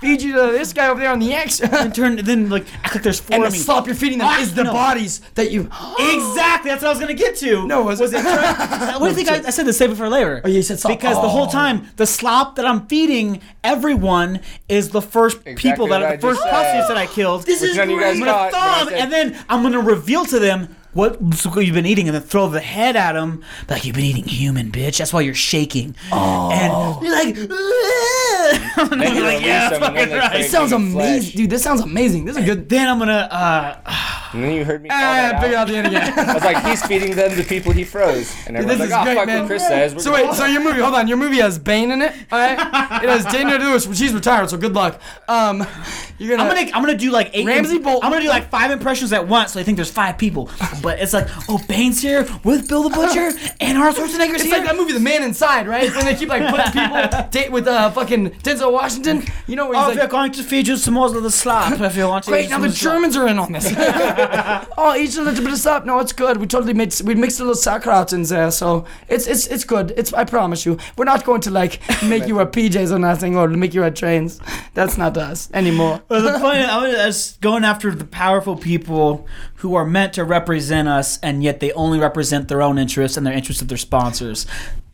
S3: Feed you to this guy over there on the X.
S6: and turn, then like act like there's four
S3: And
S6: of
S3: the
S6: me.
S3: slop you're feeding them
S6: Ah,
S3: is the
S6: no.
S3: bodies that you.
S6: Exactly, that's what I was gonna get to.
S3: No, it wasn't.
S6: Was it tra- what do you think I, I said? Oh. The save it for later. Oh,
S3: you said slop.
S6: Because the whole time, the slop that I'm feeding everyone is the first people that
S2: what
S6: are
S2: I
S6: the first
S2: just said.
S6: prostitutes that I killed. This
S2: Which none of you guys
S6: I'm
S2: caught,
S6: gonna throw
S2: but I
S6: 'em,
S2: said-
S6: and then I'm gonna reveal to them. What you've been eating, and then throw the head at them like you've been eating human, bitch. That's why you're shaking. Oh, and you're like, "Ugh."
S2: Then you
S6: Like,
S2: release
S6: yeah,
S2: them and
S6: fucking
S2: then they
S6: right.
S2: crank
S3: This sounds
S2: you in flesh.
S3: amazing, dude. This sounds amazing. This is a good.
S6: Then I'm gonna uh,
S2: And then you heard me call that
S3: Ah,
S2: out.
S3: figure out the end again.
S2: I was like, he's feeding them the people he froze. And
S3: Dude, this
S2: everyone's
S3: is
S2: like, oh,
S3: great,
S2: fuck
S3: man.
S2: what Chris says. We're
S3: So
S2: gonna
S3: wait, so your movie, hold on, your movie has Bane in it, all right? It has Daniel Lewis, she's retired, so good luck. Um, you're gonna.
S6: I'm gonna I'm gonna do like eight.
S3: Ramsey Bolton.
S6: I'm gonna do like five impressions at once, so they think there's five people. But it's like, oh, Bane's here with Bill the Butcher and Arnold Schwarzenegger's
S3: It's
S6: here.
S3: like that movie, The Man Inside, right? When they keep like putting people date with uh fucking Denzel Washington. You know where
S6: Oh,
S3: he's
S6: we're
S3: like,
S6: going to feed you some more of the slop if you want to. eat
S3: great, now
S6: some
S3: the
S6: of slop.
S3: Germans are in on this. oh, each a little bit of stuff. No, it's good. We totally mixed. We mixed a little sauerkraut in there, so it's it's it's good. It's I promise you, we're not going to like make you wear PJs or nothing, or make you wear trains. That's not us anymore.
S6: But the point I was that's going after the powerful people who are meant to represent us, and yet they only represent their own interests and their interests of their sponsors.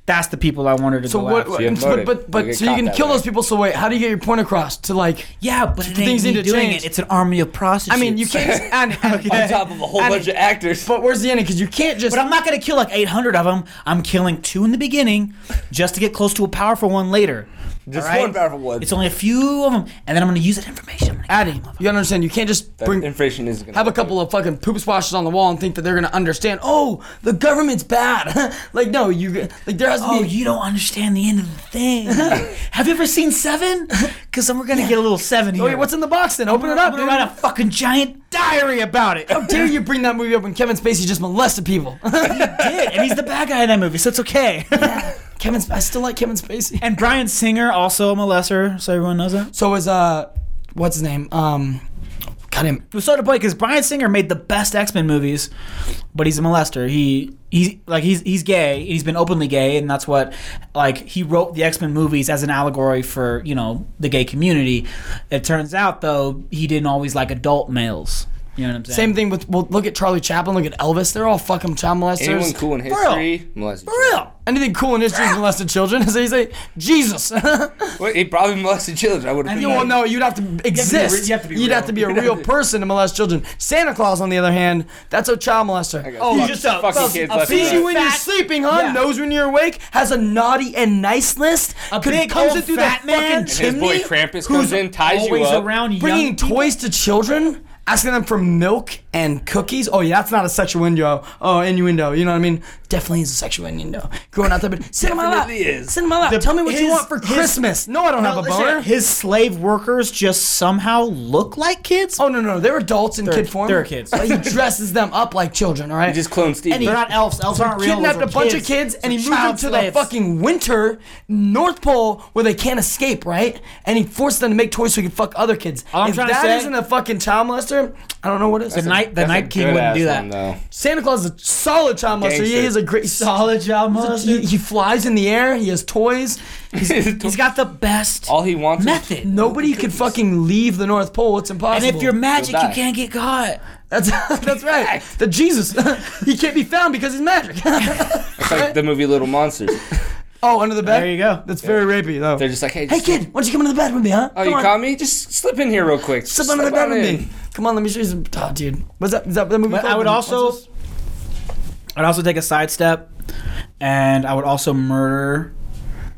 S6: That's the people I wanted to
S3: So
S6: go
S3: what?
S6: after.
S2: you have
S3: but
S2: voted.
S3: but,
S2: You
S3: but
S2: get
S3: so you
S2: caught
S3: can
S2: that
S3: kill
S2: way.
S3: those people. So wait, how do you get your point across to like?
S6: Yeah, but it
S3: Things
S6: ain't
S3: need
S6: me
S3: to
S6: doing
S3: change.
S6: it. It's an army of prostitutes.
S3: I mean, you can't. And, and-
S2: on top of a whole
S3: and-
S2: bunch of actors.
S3: But where's the ending? Because you can't just.
S6: But I'm not gonna kill like 800 of them. I'm killing two in the beginning, just to get close to a powerful one later.
S2: Just
S6: All right?
S2: one powerful one.
S6: It's only a few of them, and then I'm gonna use that information. I'm gonna
S3: Addy, you gotta understand. You can't just
S2: That
S3: bring
S2: inflation is gonna
S3: have a couple of fucking poop splashes on the wall and think that they're gonna understand. Oh, the government's bad. like no, you like there has to
S6: Oh,
S3: be.
S6: you don't understand the end of the thing. Have you ever seen Seven? Because we're gonna get a little Seven here.
S3: Oh, wait, what's in the box then? Open it up.
S6: I'm
S3: dude. Oh,
S6: gonna write a fucking giant diary about it.
S3: How dare you bring that movie up when Kevin Spacey just molested people?
S6: and he's the bad guy in that movie, so it's okay.
S3: Kevin, Sp- I still like Kevin Spacey.
S6: and Brian Singer also a molester, so everyone knows that.
S3: So is uh, what's his name? Um, got him.
S6: It was so to play because Brian Singer made the best X Men movies, but he's a molester. He he's like he's he's gay. He's been openly gay, and that's what like he wrote the X Men movies as an allegory for you know the gay community. It turns out though he didn't always like adult males. You know what I'm saying?
S3: Same thing with well, look at Charlie Chaplin, look at Elvis. They're all fucking child molesters.
S2: Anyone cool in history? Molested.
S6: for real.
S3: Anything cool in history is molested children. So you say, Jesus.
S2: Wait, he probably molested children. I would have
S6: And
S2: been
S6: you
S2: like,
S3: well, no, you'd have to exist.
S6: you have to be
S3: would
S6: real.
S3: have to be a real person to molest children. Santa Claus, on the other hand, that's a child molester.
S2: Oh,
S6: He's
S2: fuck-
S6: just a-
S2: fucking
S6: a-
S2: kids
S6: a
S2: left and
S6: big
S3: Sees
S2: right.
S3: you when you're
S6: Fat-
S3: sleeping, huh?
S6: yeah.
S3: Knows when you're awake. Has a naughty and nice list. could-
S6: big
S3: comes
S6: old
S3: in through
S6: fat
S3: the
S6: man.
S3: fucking
S6: And his
S2: His boy
S3: chimney.
S2: Krampus comes in, ties you
S6: Always
S2: up.
S6: around
S3: bringing
S6: young people.
S3: toys to children, asking them for milk and cookies. Oh yeah, that's not a sexual innuendo. Oh innuendo, you know what I mean? Definitely is a sexual innuendo. Growing out there, but sit in my lap.
S2: Definitely is.
S3: Sit in my lap. Tell me what you
S6: his-
S3: want for
S6: his-
S3: Christmas. No, I don't have a
S6: Listen,
S3: boner.
S6: His slave workers just somehow look like kids.
S3: Oh no no, they're adults in kid form.
S6: they're kids.
S3: But he dresses them up like children. All right.
S2: He just cloned Steve.
S6: They're not elves. Elves aren't real.
S3: kidnapped
S6: those
S3: a
S6: are
S3: bunch of kids and he moved them to the fucking winter North Pole where they can't escape, right? And he forced them to make toys so he could fuck other kids.
S6: All I'm
S3: if
S6: trying to
S3: that
S6: say-
S3: not a fucking child molester, I don't know what is.
S6: The night, the
S2: That's a
S6: night king
S2: good
S6: wouldn't
S2: ass
S6: do
S2: one,
S6: that.
S2: though.
S3: Santa Claus is a solid child molester. He
S2: Gangster.
S3: is a great
S6: Solid job,
S3: He, he flies in the air. He has toys.
S6: He's got the best
S2: All he wants is
S6: method.
S3: Nobody could fucking leave the North Pole. It's
S6: and
S3: impossible.
S6: if you're magic,
S2: He'll
S6: you
S2: die.
S6: can't get caught.
S3: that's that's right. The Jesus, he can't be found because he's magic.
S2: It's like the movie Little Monsters.
S3: oh, under the bed.
S6: There you go.
S3: That's very rapey though.
S2: They're just like, hey,
S3: Hey
S2: just
S3: kid, why don't you come into the bed with me, huh?
S2: Oh,
S3: come
S2: you
S3: on.
S2: caught me? Just slip in here real quick.
S3: Slip under the bed with
S2: in.
S3: me. Come on, let me show you some. Oh, dude, what's that? Is that the movie?
S6: But I
S3: called?
S6: would
S3: What's
S6: also,
S3: this?
S6: I'd also take a sidestep, and I would also murder.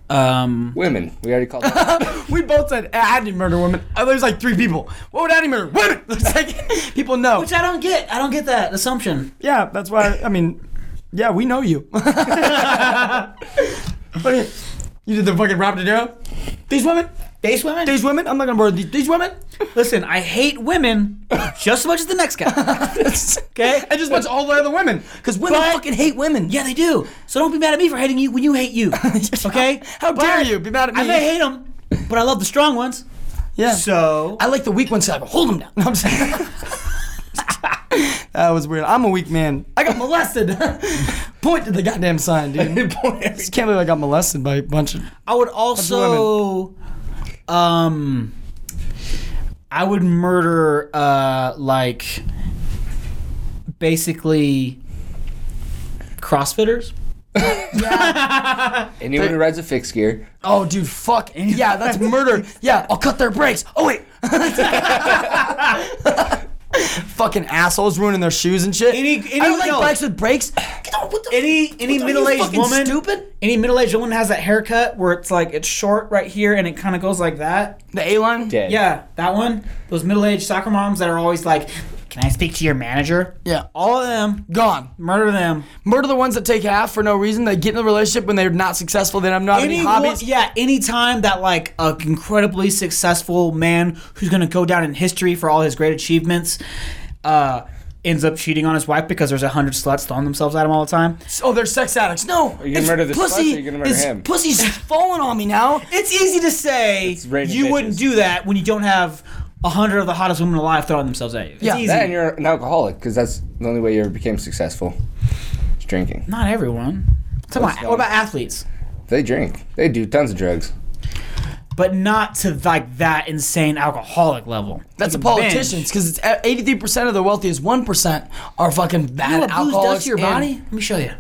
S6: Um,
S2: Women. We already called that.
S3: We both said Addy murder women. Oh, there's like three people. What would Addy murder? Women. It's like people know.
S6: which I don't get. I don't get that assumption.
S3: Yeah, that's why. I mean, yeah, we know you. Funny, you did the fucking Robert De Niro. These women,
S6: Base women.
S3: these women. I'm not gonna burn these, these women.
S6: Listen, I hate women just as much as the next guy.
S3: okay, and just bunch all the other women, because women fucking hate women.
S6: Yeah, they do. So don't be mad at me for hating you when you hate you. Okay?
S3: How dare you be mad at me?
S6: I may hate them, but I love the strong ones.
S3: Yeah.
S6: So
S3: I like the weak ones. So I go hold them down. No, I'm saying. that was weird. I'm a weak man. I got molested. Point to the goddamn sign, dude. Just can't believe I got molested by a bunch of.
S6: I would also, um, I would murder, uh, like, basically, CrossFitters.
S2: Anyone who rides a fixed gear.
S3: Oh, dude, fuck. Yeah, that's murder. Yeah, I'll cut their brakes. Oh, wait. Fucking assholes ruining their shoes and shit.
S6: Any- any-
S3: I don't like
S6: no.
S3: bikes with brakes. Get on, what the
S6: Any any
S3: you
S6: middle aged
S3: fucking
S6: woman,
S3: stupid?
S6: Any middle aged woman has that haircut where it's like it's short right here and it kind of goes like that.
S3: the A line?
S2: Dead.
S6: Yeah, that one. Those middle aged soccer moms that are always like, "Can I speak to your manager?"
S3: Yeah.
S6: All of them,
S3: Gone.
S6: murder them.
S3: Murder the ones that take half for no reason. They get in a relationship when they're not successful. They don't have any
S6: Any
S3: hobbies.
S6: one- yeah, anytime that like a incredibly successful man who's gonna go down in history for all his great achievements, uh, ends up cheating on his wife because there's a hundred sluts throwing themselves at him all the time.
S3: Oh, they're sex addicts. No,
S2: you gonna
S3: it's
S2: murder this
S3: pussy.
S2: fucker or you gonna murder
S3: it's-
S2: him?
S3: Pussy's falling on me now.
S6: It's easy to say
S2: raining
S6: you wouldn't
S2: bitches.
S6: do that when you don't have a hundred of the hottest women alive throwing themselves at you. It's
S3: Yeah.
S6: easy.
S2: That and you're an alcoholic because that's the only way you ever became successful. Is drinking.
S6: Not everyone. Come on,
S2: Those
S6: what about
S2: guys.
S6: athletes?
S2: They drink. They do tons of drugs.
S6: But not to like that insane alcoholic level.
S3: That's the
S6: You can binge.
S3: politicians because it's e, eighty-three percent of the wealthiest one percent are fucking
S6: You know
S3: bad
S6: what booze
S3: alcoholics.
S6: does to your
S3: and-
S6: body? Let me show you.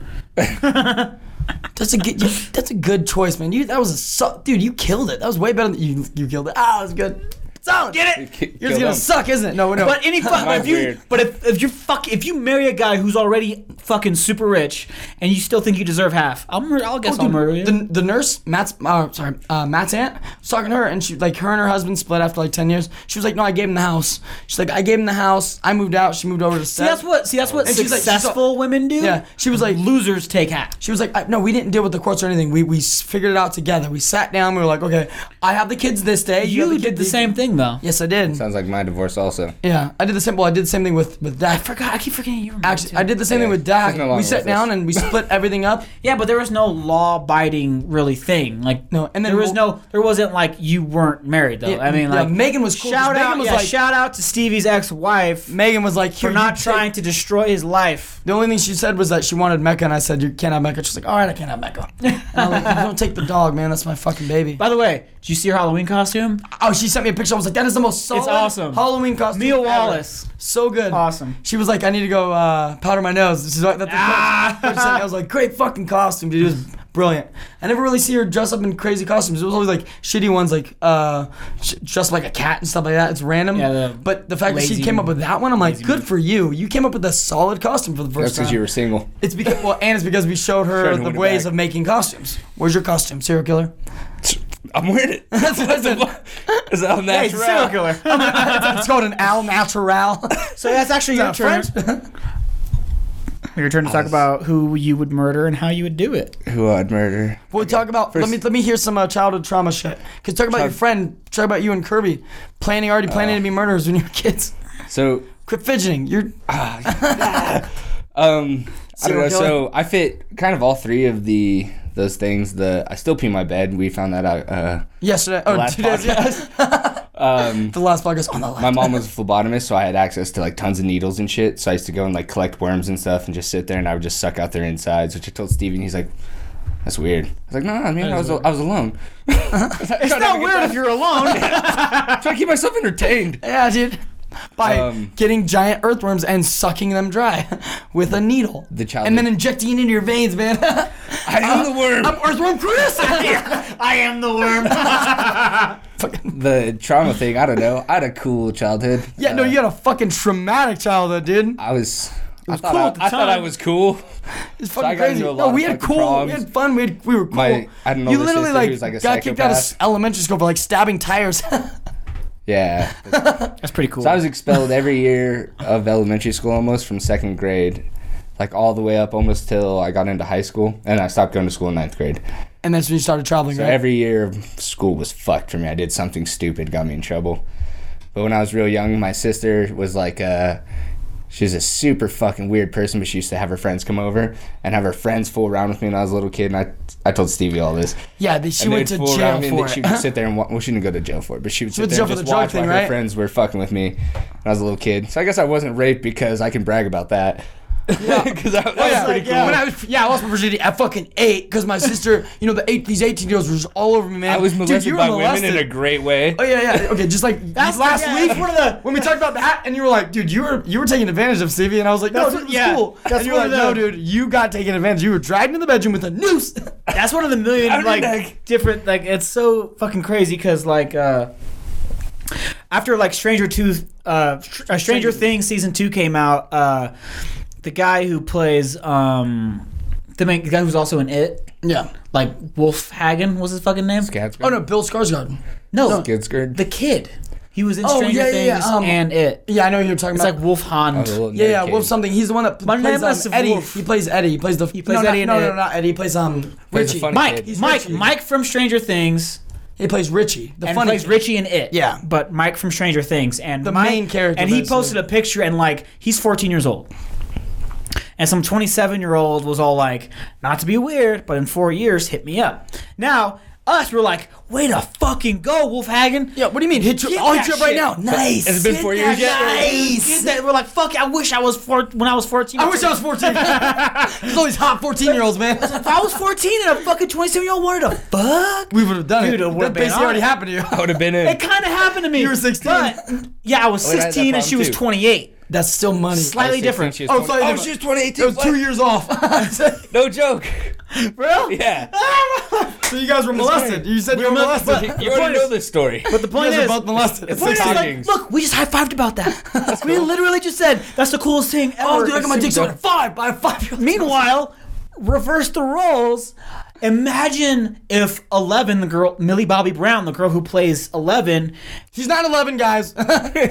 S3: That's a good. That's a good choice, man. You that was a su- dude. You killed it. That was way better than you. You killed it. Ah, it was good. Solid. Get
S2: You ki-
S3: Yours
S2: kill
S3: is gonna
S2: them.
S3: suck, isn't it? No, no.
S6: But any fuck,
S2: Mine's
S6: if you,
S2: weird.
S6: but if, if you fuck, if you marry a guy who's already fucking super rich and you still think you deserve half, I'll, mur- I'll guess I'll murder you.
S3: Oh, The, the nurse, Matt's, uh, sorry, uh, Matt's aunt, was talking to her, and she like her and her husband split after like ten years. She was like, "No, I gave him the house." She's like, "I gave him the house. I moved out. She moved over to."
S6: see, that's what see that's what
S3: And she's like- she's all-
S6: successful women do.
S3: Yeah, she was like,
S6: losers take half.
S3: She was like, I, no, we didn't deal with the courts or anything. We we s- figured it out together. We sat down. We were like, okay, I have the kids this day.
S6: You,
S3: have
S6: did
S3: kid
S6: the
S3: this-
S6: same thing though.
S3: Yes, I did.
S2: Sounds like my divorce also.
S3: Yeah, I did the same. Well, I did the same thing with with Dak.
S6: I forgot. I keep forgetting you. Remember
S3: Actually,
S6: too.
S3: I did the same thing
S2: Yeah,
S3: with Dak.
S2: she's no longer
S3: we sat
S2: with us.
S3: down and we split everything up.
S6: Yeah, but there was no law-abiding really thing. Like
S3: No, and then
S6: there was
S3: we'll-
S6: no, there wasn't like you weren't married though.
S3: Yeah,
S6: I mean,
S3: yeah,
S6: like
S3: Megan was cool 'cause
S6: Shout
S3: Megan
S6: out,
S3: was
S6: yeah,
S3: like-
S6: shout out to Stevie's ex-wife
S3: Megan was like,
S6: for
S3: "Here,
S6: not
S3: you take-"
S6: trying to destroy his life.
S3: The only thing she said was that she wanted Mecca, and I said, "You can't have Mecca." She's like, "All right, I can't have Mecca." And I'm like, "You don't take the dog, man. That's my fucking baby."
S6: By the way, did you see her Halloween costume?
S3: Oh, she sent me a picture. I was like, "That is the most solid
S6: awesome.
S3: Halloween costume."
S6: Mia
S3: ever.
S6: Wallace.
S3: so good,
S6: Awesome.
S3: She was like, "I need to go uh, powder my nose." She's like, "That's the
S6: Ah.
S3: first- she sent me. I was like, "Great fucking costume, dude. It was brilliant." I never really see her dress up in crazy costumes. It was always like shitty ones, like uh, sh- dressed like a cat and stuff like that. It's random.
S6: Yeah, the
S3: but the fact that she
S6: lazy-
S3: came up with that one, I'm like, "Good for you. You came up with a solid costume for the
S2: That's
S3: first
S2: because
S3: time."
S2: you were single.
S3: It's because well, and it's because we showed her
S2: Showed her
S3: the
S2: what a
S3: ways
S2: bag.
S3: of making costumes. Where's your costume, serial killer?
S2: I'm wearing it.
S3: That's what I said.
S2: Is that on that
S6: serial killer.
S3: it's called an al natural.
S6: so that's actually your turn. Your turn to talk about who you would murder and how you would do it.
S2: Who I'd murder?
S3: Well, talk about. let
S2: first-
S3: me let me hear some uh, childhood trauma shit. Cause talk about your
S2: Child-
S3: friend. Talk about you and Kirby planning
S2: Uh.
S3: already planning to be murderers when you were kids.
S2: So,
S3: Quit fidgeting. You're
S2: um, I don't
S3: Serial
S2: know.
S3: killer.
S2: So I fit kind of all three of the those things. The I still pee my bed. We found that out. Uh,
S3: yesterday. Oh,
S2: last
S3: two days.
S2: podcast. um,
S3: The last podcast on the left.
S2: my mom was a phlebotomist, so I had access to like tons of needles and shit. So I used to go and like collect worms and stuff, and just sit there, and I would just suck out their insides. Which I told Steven, he's like, "That's weird." I was like, "No, nah, I mean, I was I was alone." it's not weird if you're alone. Try to keep myself entertained.
S3: yeah, dude. By
S2: Um,
S3: getting giant earthworms and sucking them dry with a needle.
S2: The childhood-
S3: And then injecting it into your veins, man.
S2: I am the worm.
S3: I'm Earthworm Chris.
S6: I am the worm.
S2: the trauma thing. I don't know. I had a cool childhood. Uh,
S3: yeah, no, you had a fucking traumatic childhood, dude.
S2: I was. I thought,
S3: cool
S2: I,
S3: at the
S2: I thought I
S6: time.
S2: was cool.
S3: It's
S2: I
S3: fucking
S2: got
S3: crazy.
S2: into a
S3: No,
S2: lot
S3: we
S2: of
S3: had
S2: fucking
S3: cool.
S2: problems.
S3: We had fun. We had, we were cool.
S2: My- I had an
S3: you
S2: older
S3: literally
S2: sister who
S3: like,
S2: was, like, a
S3: got kicked out of s-
S2: psychopath.
S3: elementary school for like stabbing tires.
S2: Yeah.
S6: That's pretty cool.
S2: So I was expelled every year of elementary school almost from second grade, like all the way up almost till I got into high school, and I stopped going to school in ninth grade.
S3: and that's when you started traveling,
S2: So
S3: right?
S2: every year of school was fucked for me. I did something stupid, got me in trouble. But when I was real young, my sister was like, uh, she was a super fucking weird person, but she used to have her friends come over and have her friends fool around with me when I was a little kid. And I, I told Stevie all this.
S3: yeah, they, she
S2: And
S3: went to
S2: they'd fool
S3: jail
S2: around me, and
S3: for
S2: She
S3: it.
S2: would sit there and wa- well, she didn't go to jail for it, but she would
S3: went
S2: sit
S3: to
S2: there
S3: jail
S2: and
S3: for
S2: just
S3: the drug
S2: watch
S3: thing,
S2: while
S3: right?
S2: her friends were fucking with me when I was a little kid. So I guess I wasn't raped because I can brag about that. Because that, that was
S3: yeah,
S2: pretty cool.
S3: When I was, yeah, I lost my virginity at fucking eight because my sister, you know, the eight these eighteen year olds were just all over me, man.
S2: I was molested
S3: Dude, you were
S2: by
S3: molested.
S2: women in a great way.
S3: Oh yeah, yeah. Okay, just like last
S6: yeah,
S3: week
S6: that's one of the-
S3: when we talked about that, and you were like, "Dude, you were you were taking advantage of Stevie," and I was like, "No,
S6: That's
S3: dude, it was
S6: what- yeah,
S3: cool."
S6: that's
S3: and you were
S6: one
S3: like,
S6: of
S3: "No,
S6: the-
S3: dude, you got taken advantage. You were dragged into the bedroom with a noose."
S6: That's one of the million like different like it's so fucking crazy because like uh after like Stranger Two uh, Str- uh Stranger Things season two came out uh the guy who plays um the main the guy who's also in it
S3: yeah.
S6: like Wolf Hagen was his fucking name
S3: Oh no, Bill Skarsgård.
S6: no
S2: Kid scared.
S6: the kid he was in
S3: Oh,
S6: Stranger
S3: yeah, yeah, yeah,
S6: Things
S3: um,
S6: and it
S3: Yeah, I know who you're talking
S6: it's
S3: about.
S6: like Wolf
S2: Oh,
S6: Hound
S3: yeah, yeah, Wolf something. He's the one that
S6: My
S3: plays
S6: name is
S3: um, Eddie.
S6: Wolf.
S3: He plays Eddie. He plays the. He
S6: plays
S3: no,
S6: Eddie in
S3: No, no,
S6: it.
S3: no, not Eddie. He plays um
S2: Plays
S3: Richie.
S2: the funny
S6: Mike
S2: kid.
S6: Mike
S3: Richie.
S6: Mike from Stranger Things
S3: He plays Richie. The
S6: and
S3: funny.
S6: plays
S3: kid.
S6: Richie in it.
S3: Yeah.
S6: but Mike from Stranger Things and
S3: The
S6: Mike-
S3: main character,
S6: And he
S3: basically.
S6: posted a picture and like he's 14 years old, and some 27 year old was all like, "Not to be weird, but in four years, hit me up." Now Us, we're like, way to fucking go, Wolfhagen.
S3: Yeah, what do you mean? Hit you,
S6: Get
S3: I'll hit
S6: that
S3: you up right
S6: shit.
S3: now. Nice.
S2: Has it been
S3: Get
S2: four years
S3: that-
S2: yet?
S3: Nice.
S6: Get that- We're like, fuck, I wish I was four, when I was 14.
S3: I wish I was 14. There's all these hot 14 year olds, man.
S6: if I was 14 and a fucking 27 year old, where the fuck?
S3: We would have done
S6: Dude, it
S3: it.
S6: would've
S3: That
S6: been
S3: basically already
S6: on.
S3: happened to you.
S2: I would have been in.
S6: It kind of happened to me.
S3: You were 16.
S6: But, yeah, I was
S2: Oh, I had that
S6: 16 and
S2: problem
S6: she was
S2: too.
S6: 28.
S3: That's still money.
S6: Slightly different.
S2: She was
S3: Oh,
S2: 20
S3: sorry,
S2: oh,
S3: never-
S2: she was 28.
S3: it was
S2: what?
S3: two years off. so
S2: No joke.
S6: Bro?
S2: Yeah.
S3: you guys were molested. You said you were molested.
S2: you already know this story.
S6: But the
S3: you
S6: point
S3: guys
S6: is,
S3: are both molested.
S2: It's like
S6: like,
S2: talking.
S6: look, we just high fived about that. we literally just said that's the coolest thing ever.
S3: oh, dude, I got my dick sucked at five by a five year old.
S6: Meanwhile, reverse the roles. Imagine if Eleven, the girl Millie Bobby Brown, the girl who plays Eleven,
S3: She's not 11, guys.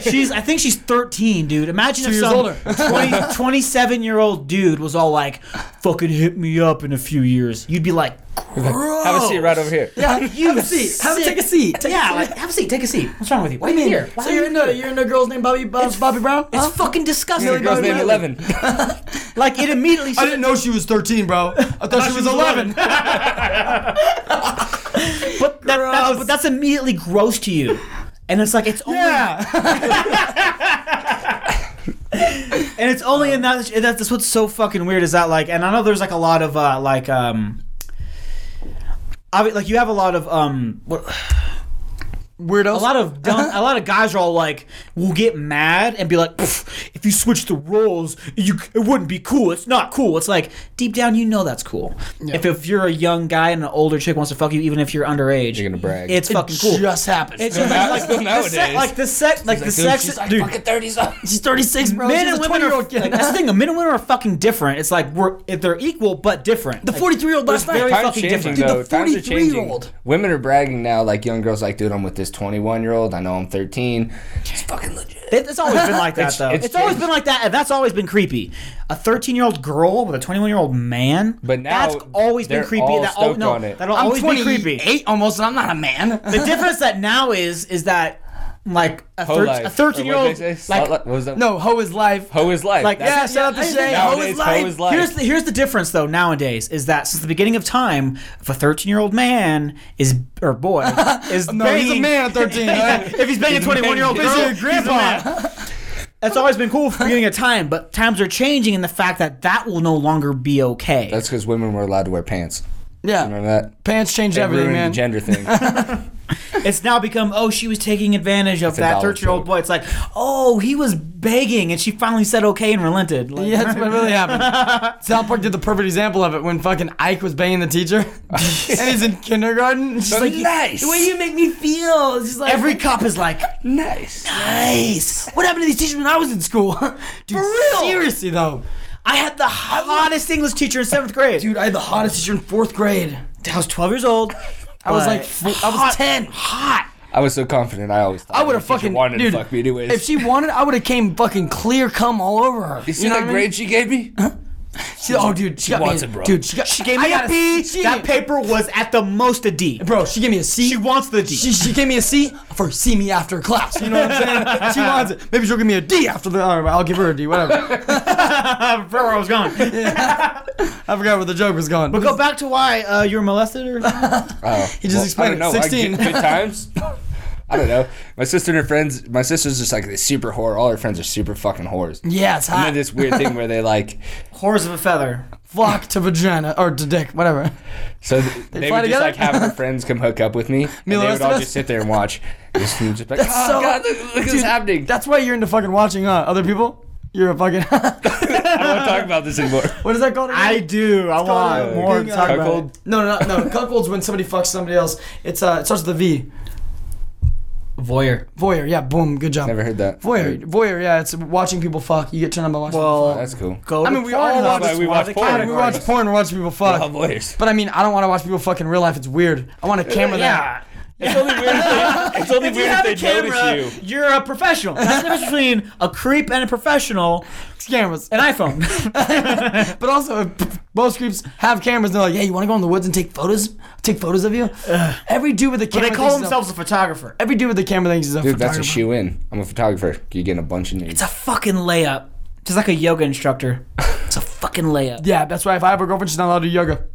S6: she's I think she's 13, dude. Imagine if
S3: years
S6: some
S3: older.
S6: 20, 27 year old dude was all like, "Fucking hit me up in a few years." You'd be like,
S2: Have a seat right over here.
S3: yeah, have a seat. Have a,
S6: sick-
S3: take a seat. Take
S6: "Yeah,
S3: a
S6: like,
S3: seat.
S6: have a seat, take a seat. What's wrong with you? Why are you here? Why
S3: So
S6: are you
S3: you're into, you're into a girl's named Bobby Bob, Bobby Brown?
S6: It's
S3: Huh?
S6: fucking disgusting.
S2: The girl's name 11.
S6: Like it immediately.
S3: I didn't know she was 13, bro. I thought, she, was 11.
S6: But that, that's, but that's immediately gross to you. And it's like it's only
S3: yeah.
S6: and it's only in that that's, that's what's so fucking weird is that like and I know there's like a lot of uh like um I mean, like you have a lot of um what,
S3: Weirdos.
S6: a lot of dumb, a lot of guys are all like will get mad and be like "Pff, if you switch the roles you it wouldn't be cool it's not cool it's like deep down you know that's cool if if you're a young guy and an older chick wants to fuck you even if you're underage
S2: You're gonna brag.
S6: it's fucking cool
S3: just happened.
S6: It's just like, like,
S2: Still
S6: the se-
S2: nowadays.
S6: like the sex, like the sex, dude.
S3: she's 36, bro.
S6: men
S3: she's
S6: and
S3: a
S6: women
S3: 20-year-old
S6: are like, that's the thing. Men and women are fucking different. It's like we're if they're equal but different.
S3: The 43 year old last
S6: very
S3: night.
S6: fucking
S2: Times are changing
S6: different. Dude,
S2: though.
S3: the
S2: Times are
S3: 43-year-old.
S2: changing. Women are bragging now, like young girls, like, dude, I'm with this 21 year old. I know I'm 13. It's fucking legit.
S6: It- it's always been like that though. It's,
S2: it's
S6: always
S2: changed.
S6: been like that, and that's always been creepy. A thirteen-year-old girl with a twenty-one-year-old man.
S2: But now
S6: that's always been
S2: they're
S6: creepy.
S2: all
S6: that al-
S2: stoked
S6: no,
S2: on it.
S6: that'll
S3: I'm
S6: always be
S3: 28
S6: creepy.
S3: almost, and I'm not a man.
S6: The difference that now is is that like a,
S2: Hoe
S6: thir-
S2: life.
S6: a thirteen-year-old
S2: Or what'd they say?
S6: like.
S2: Slut- what was that?
S3: no, hoe is life.
S2: Hoe is life.
S6: Like,
S2: That's-
S3: yeah, shout out to
S6: I
S3: Shay.
S6: think
S3: Hoe
S2: nowadays,
S3: is
S2: hoe
S3: life.
S2: is life.
S6: Here's the, here's the difference though nowadays is that since the beginning of time, if a 13 year old man is or boy is
S3: No,
S6: banging,
S3: he's a man at 13. right?
S6: if he's banging a 21 year old girl,
S3: He's your
S6: he's a man.
S3: grandpa.
S6: That's always been cool for the beginning of time, but times are changing, and the fact that that will no longer be okay.
S2: That's because women were allowed to wear pants.
S3: Yeah.
S2: Remember that?
S3: Pants changed
S2: They
S3: everything,
S2: ruined
S3: man.
S2: the gender thing.
S6: it's now become oh she was taking advantage of
S2: a
S6: that
S2: dollar
S6: 13 year old
S2: joke.
S6: boy. It's like oh he was begging, and she finally said okay and relented. Like,
S3: Yeah, that's what really happened. South Park did the perfect example of it when fucking Ike was banging the teacher, and he's in kindergarten. and She's like,
S2: nice.
S3: the way you make me feel. It's just like
S6: Every cop is like,
S2: nice.
S3: nice. What happened to these teachers when I was in school? Dude,
S6: For real?
S3: seriously though,
S6: I had the hottest English teacher in seventh grade.
S3: dude, I had the hottest teacher in fourth grade.
S6: I was 12 years old.
S3: I was
S6: But-
S3: like, I was ten.
S6: hot.
S2: I was so confident. I always thought
S3: I would have
S2: the teacher
S3: fucking
S2: wanted
S3: dude,
S2: to fuck me anyways.
S3: If she wanted, I would have came fucking clear cum all over her.
S2: you see
S3: know
S2: that
S3: what I mean?
S2: grade she gave me?
S3: She, oh, dude, she, got
S2: wants
S3: me.
S2: it, bro.
S3: Dude, she got. She
S6: Gave me a B. That paper was at the most a D.
S3: bro. She gave me a C.
S6: She wants the D.
S3: She, she gave me a C for see me after class. You know what I'm saying? she wants it. Maybe she'll give me a D after the. All right, I'll give her a D. Whatever.
S6: Before I was gone.
S3: I forgot where the joke was going.
S6: But go back to why uh, you were molested or something.
S2: Oh,
S3: He just explained
S2: I
S3: it.
S2: don't know. I
S3: 16.
S2: get good times. I don't know. My sister and her friends. My sister's just like this super whore. All her friends are super fucking whores.
S3: yeah, it's
S2: And then
S3: hot.
S2: this weird thing where they like,
S6: Horse of a feather.
S3: Flock to vagina or to dick, whatever.
S2: so th- they,
S3: fly
S2: would just
S3: together?
S2: like have her friends come hook up with me, and
S3: the
S2: they
S3: rest of
S2: would all
S3: us?
S2: just sit there and watch. Just, and just like,
S3: That's
S2: oh
S3: so-
S2: god, look, look what's
S3: Dude,
S2: happening.
S3: That's why you're into fucking watching uh, other people. You're a fucking.
S2: I don't want to talk about this anymore.
S3: what is that called? again?
S6: do. I
S3: want
S2: more
S3: to talk
S2: about
S3: about
S2: it.
S3: No, no, no, no. Cuckold's when somebody fucks somebody else. It's uh, it starts with a V.
S6: Voyeur.
S3: Voyeur. Yeah, boom. Good job.
S2: Never heard that.
S3: Voyeur. Voyeur. Yeah, it's watching people fuck. You get turned on by watching.
S6: Well,
S2: That's cool.
S6: go.
S3: I mean,
S6: to
S3: we all
S6: Pornhub.
S3: watch- That's
S2: why we watch
S6: the
S2: porn.
S3: people. we watch
S6: categories.
S3: porn. We watch people fuck.
S2: Oh, voyeurs. Uh,
S3: But I mean, I don't want to watch people fuck in real life. It's weird. I want a camera there.
S6: Yeah.
S2: It's only weird. If they, it's only
S6: If you
S2: weird
S6: have a
S2: if they
S6: camera,
S2: notice you.
S6: you. are a professional. That's the difference between a creep and a professional.
S3: It's cameras.
S6: An iPhone.
S3: But also, if most creeps have cameras. And they're like, hey, you want to go in the woods and take photos? Take photos of you? Every dude with a
S6: but
S3: camera.
S6: they call
S3: thinks he's a-
S6: themselves a photographer.
S3: Every dude with a camera thinks he's a
S2: Dude, that's a
S3: photographer.
S2: shoe in. I'm a photographer. You're getting a bunch of names.
S6: It's a fucking layup. Just like a yoga instructor. It's a fucking layup.
S3: Yeah, that's why if I have a girlfriend, she's not allowed to do yoga.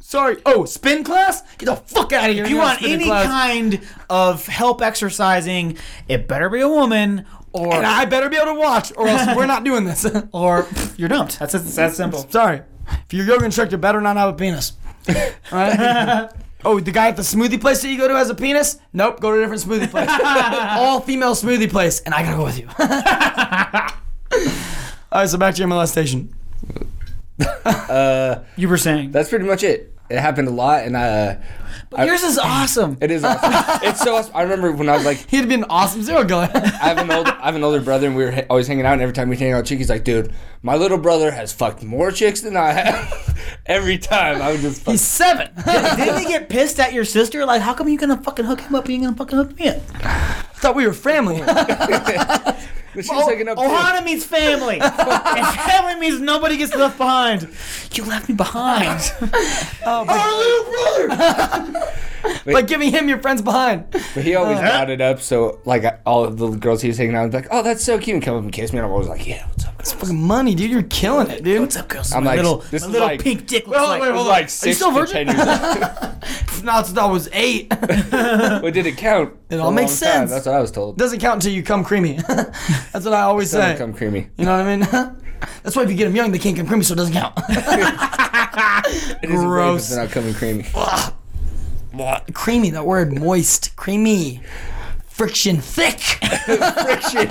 S3: Sorry. Oh, spin class? Get the fuck out of here.
S6: If you
S3: You're not
S6: want
S3: spinning
S6: any
S3: class.
S6: kind of help exercising, it better be a woman, or
S3: and I better be able to watch, or else we're not doing this. Oh,
S6: or you're dumped. That's that's, that's simple.
S3: Sorry. If your yoga instructor better not have a penis. All right? oh, the guy at the smoothie place that you go to has a penis? Nope, go to a different smoothie place. All female smoothie place, and I gotta go with you. All right, so back to your molestation.
S2: Uh,
S6: You were saying
S2: that's pretty much it. It happened a lot, and uh, I-
S6: yours is awesome.
S2: it is awesome. it's so awesome. I remember when I was like,
S3: He'd be an awesome serial killer.
S2: I have an old, I have an older brother, and we were ha- always hanging out. And every time we hang out, chick, he's like, "Dude, my little brother has fucked more chicks than I have." every time, I would just. Fuck.
S3: He's seven.
S6: Didn't he get pissed at your sister? Like, how come you gonna fucking hook him up? You ain't gonna fucking hook me up.
S3: thought we were family.
S2: But she was hooking up. too.
S6: Ohana means family, and family means nobody gets left behind. You left me behind.
S3: like giving him your friends behind.
S2: But he always brought it up, so like I- all of the girls he was hanging out with, like, "Oh, that's so cute," and come up and kiss me, and I'm always like, "Yeah, what's up?"
S3: It's fucking money, dude. You're killing it, dude.
S6: What's up, girls?
S2: I'm
S6: my
S2: like,
S6: little,
S2: this
S6: my
S2: is
S6: little
S2: like-
S6: pink dick. Looks
S3: Wait,
S6: like.
S3: wait,
S2: It
S3: hold
S2: was
S3: on.
S2: like
S3: Are you
S2: six
S3: still
S2: to
S3: virgin?
S2: ten years old.
S3: Not since I was eight.
S2: But did it count? It
S3: all makes sense.
S2: That's what I was told.
S3: Doesn't count until you come creamy. That's what I always
S2: Doesn't
S3: say.
S2: come creamy.
S3: You know what I mean? That's why if you get them young, they can't come creamy, so it doesn't count.
S2: It is
S3: Gross.
S2: Gross. It's not coming creamy.
S3: creamy, that word, moist, creamy, friction, thick.
S2: Friction.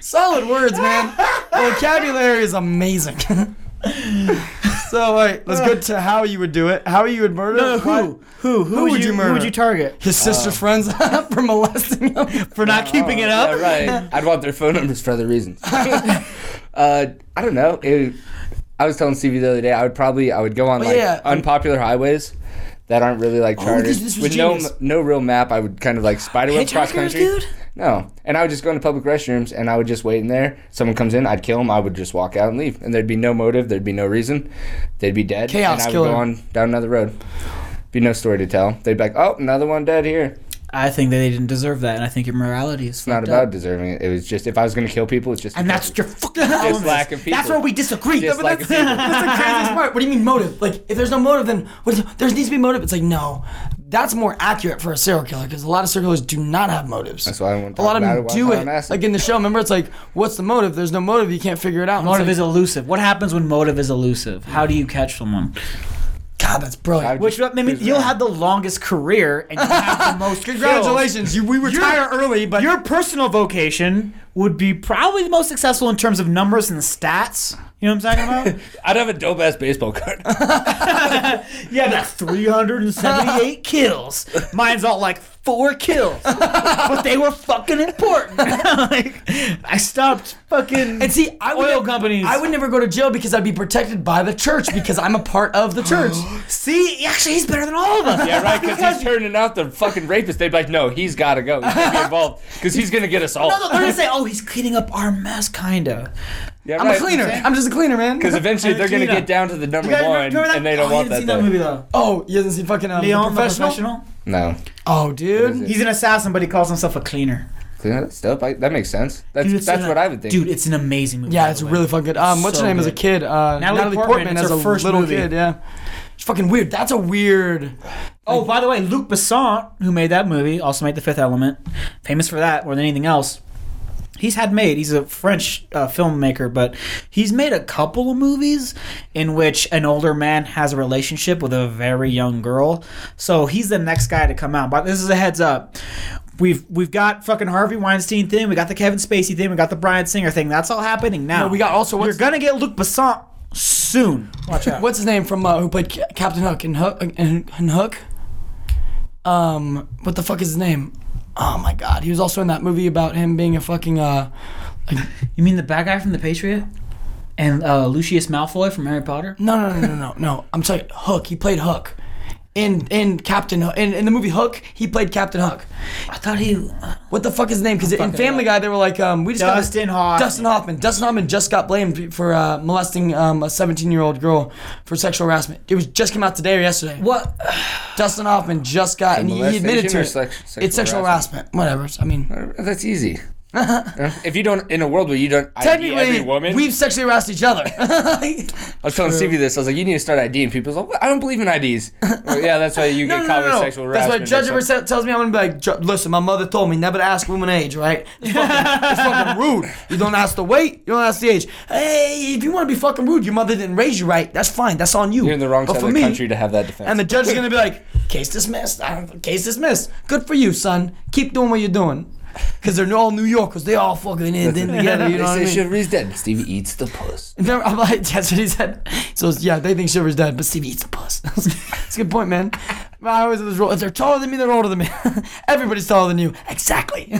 S3: Solid words, man. Vocabulary is amazing. so, all right, let's go to how you would do it. How you would murder?
S6: No,
S3: Why-
S6: who, who, who, would, you, Who would you target Uh.
S3: His sister friends for molesting him.
S6: for not keeping it
S2: Oh, Yeah,
S6: up?
S2: right. I'd want their phone numbers for other reasons. uh, I don't know. It, I was telling Stevie the other day. I would probably I would go on like
S3: Oh, yeah. Oh,
S2: unpopular highways that aren't really like charted
S3: this- this was
S2: with no
S3: genius.
S2: no real map. I would kind of like spiderweb cross country.
S6: dude?
S2: No, and I would just go into public restrooms and I would just wait in there. Someone comes in, I'd kill them. I would just walk out and leave, and there'd be no motive. There'd be no reason. They'd be dead.
S3: Chaos
S2: and I would
S3: killer.
S2: go on down another road. Be no story to tell. They'd be like, oh, another one dead here.
S6: I think that they didn't deserve that, and I think your morality is
S2: It's not about deserving it. It was just if I was gonna kill people, it's just
S6: And that's your fucking problem. is.
S2: lack of people.
S6: That's where we disagree.
S2: Just lack of people.
S3: That's the craziest part. What do you mean motive? Like, if there's no motive, then what is, there needs to be motive. It's like, no. That's more accurate for a serial killer because a lot of serial killers do not have motives.
S2: That's why I want to
S3: A lot of
S2: talk about
S3: them
S2: it while
S3: do
S2: I'm
S3: it.
S2: acid.
S3: Like in the show, remember, it's like, what's the motive? There's no motive. You can't figure it out. And it's
S6: Motive is
S3: like,
S6: elusive. What happens when motive is elusive? How do you catch someone?
S3: God, that's brilliant.
S6: Which I mean, you'll have the longest career and you have the most.
S3: Congratulations, you we retire early, but
S6: Your personal vocation would be probably the most successful in terms of numbers and stats. You know what I'm talking about?
S2: I'd have a dope ass baseball card.
S6: Yeah, that's 378 kills. Mine's all like four kills, but they were fucking important. like, I stopped fucking.
S3: And see, I would
S6: Oil
S3: nev-
S6: companies.
S3: I would never go to jail because I'd be protected by the church because I'm a part of the church.
S6: see, actually, he's better than all of us.
S2: yeah, right. Because he's turning out the fucking rapist. They'd be like, no, he's got to go. He's gonna be involved because he's gonna get us all.
S6: No, no, they're gonna say, "Oh, he's cleaning up our mess, kinda."
S2: yeah,
S3: I'm a cleaner. I'm just a cleaner, man.
S2: Because eventually
S6: And
S2: they're gonna
S6: Tina.
S2: get down to the number
S6: You guys
S2: one,
S6: remember that?
S2: and they don't
S6: Oh,
S2: want
S6: you
S2: that.
S6: haven't seen that
S2: there.
S6: movie though.
S3: Oh, you haven't seen fucking um,
S6: Leon,
S3: the professional?
S2: No,
S3: Oh,
S2: is
S3: dude.
S2: it?
S6: He's an assassin, but he calls himself a cleaner.
S2: Clean that stuff. I, that makes sense. That's
S6: Dude, it's
S2: that's
S6: an-
S2: what I would think.
S6: Dude, it's an amazing movie. by
S3: Yeah,
S6: the
S3: it's
S6: way.
S3: really fucking good. Um, what's
S6: So
S3: her name as a
S6: good.
S3: kid? Uh,
S6: Natalie
S3: Natalie,
S6: Portman,
S3: Portman,
S6: it's
S3: as
S6: her
S3: a
S6: first
S3: little
S6: movie.
S3: kid. Yeah, it's fucking weird. That's a weird.
S6: Oh, by the way, Luc Besson, who made that movie, also made The Fifth Element, famous for that more than anything else. He's had made. He's a French uh, filmmaker, but he's made a couple of movies in which an older man has a relationship with a very young girl. So he's the next guy to come out. But this is a heads up. We've we've got fucking Harvey Weinstein thing. We got the Kevin Spacey thing. We got the Brian Singer thing. That's all happening now.
S3: No, we got also
S6: You're
S3: what's,
S6: gonna get Luc Besson soon. Watch out.
S3: what's his name from uh, who played Ca- Captain Hook and Hook and, and Hook. Um, what the fuck is his name? Oh my god, he was also in that movie about him being a fucking uh.
S6: You mean the bad guy from The Patriot? And uh, Lucius Malfoy from Harry Potter?
S3: No, no, no, no, no, no. I'm sorry, Hook. He played Hook. In in Captain Hook. In, in the movie Hook, he played Captain Hook.
S6: I thought he. uh,
S3: What the fuck is his name? Because in Family Guy, they were like, um, we just got-
S6: Dustin Hoffman.
S3: Dustin Hoffman. Dustin Hoffman just got blamed for uh, molesting um, a 17 year old girl for sexual harassment. It was just came out today or yesterday.
S6: What?
S3: Dustin Hoffman just got, and he, he admitted
S2: molestation
S3: to
S2: or
S3: it.
S2: sex-
S3: it's sexual
S2: sexual
S3: harassment. Whatever. I mean,
S2: that's easy. if you don't, in a world where you don't ID every
S3: Technically,
S2: woman,
S3: we've sexually harassed each other.
S2: I was telling Stevie this. I was like, you need to start IDing people. He's like, "What? I don't believe in IDs. Well, yeah, that's why you
S3: no,
S2: get
S3: no,
S2: caught
S3: no,
S2: with
S3: no.
S2: sexual
S3: That's why
S2: harassment.
S3: Judge
S2: or
S3: ever sa- tells me I'm gonna be like, "Ju- listen, my mother told me never to ask women age, right? It's fucking, it's fucking rude. You don't ask the weight, you don't ask the age. Hey, if you want to be fucking rude, your mother didn't raise you right. That's fine. That's on you.
S2: You're in the wrong
S3: But
S2: side
S3: for
S2: of the
S3: me-
S2: country to have that defense.
S3: And the judge is gonna be like, "Case dismissed. I don't, case dismissed. Good for you, son. Keep doing what you're doing." Because they're all New Yorkers. They all fucking in, in together. You know what I
S2: they
S3: mean?
S2: say Chivalry's dead. Stevie eats the puss.
S3: No, I'm like, that's what he said. So it's- yeah, they think Shiver's dead, but Stevie eats a puss. It's a good point, man. I always have this rule: if they're taller than me, they're older than me. Everybody's taller than you. Exactly.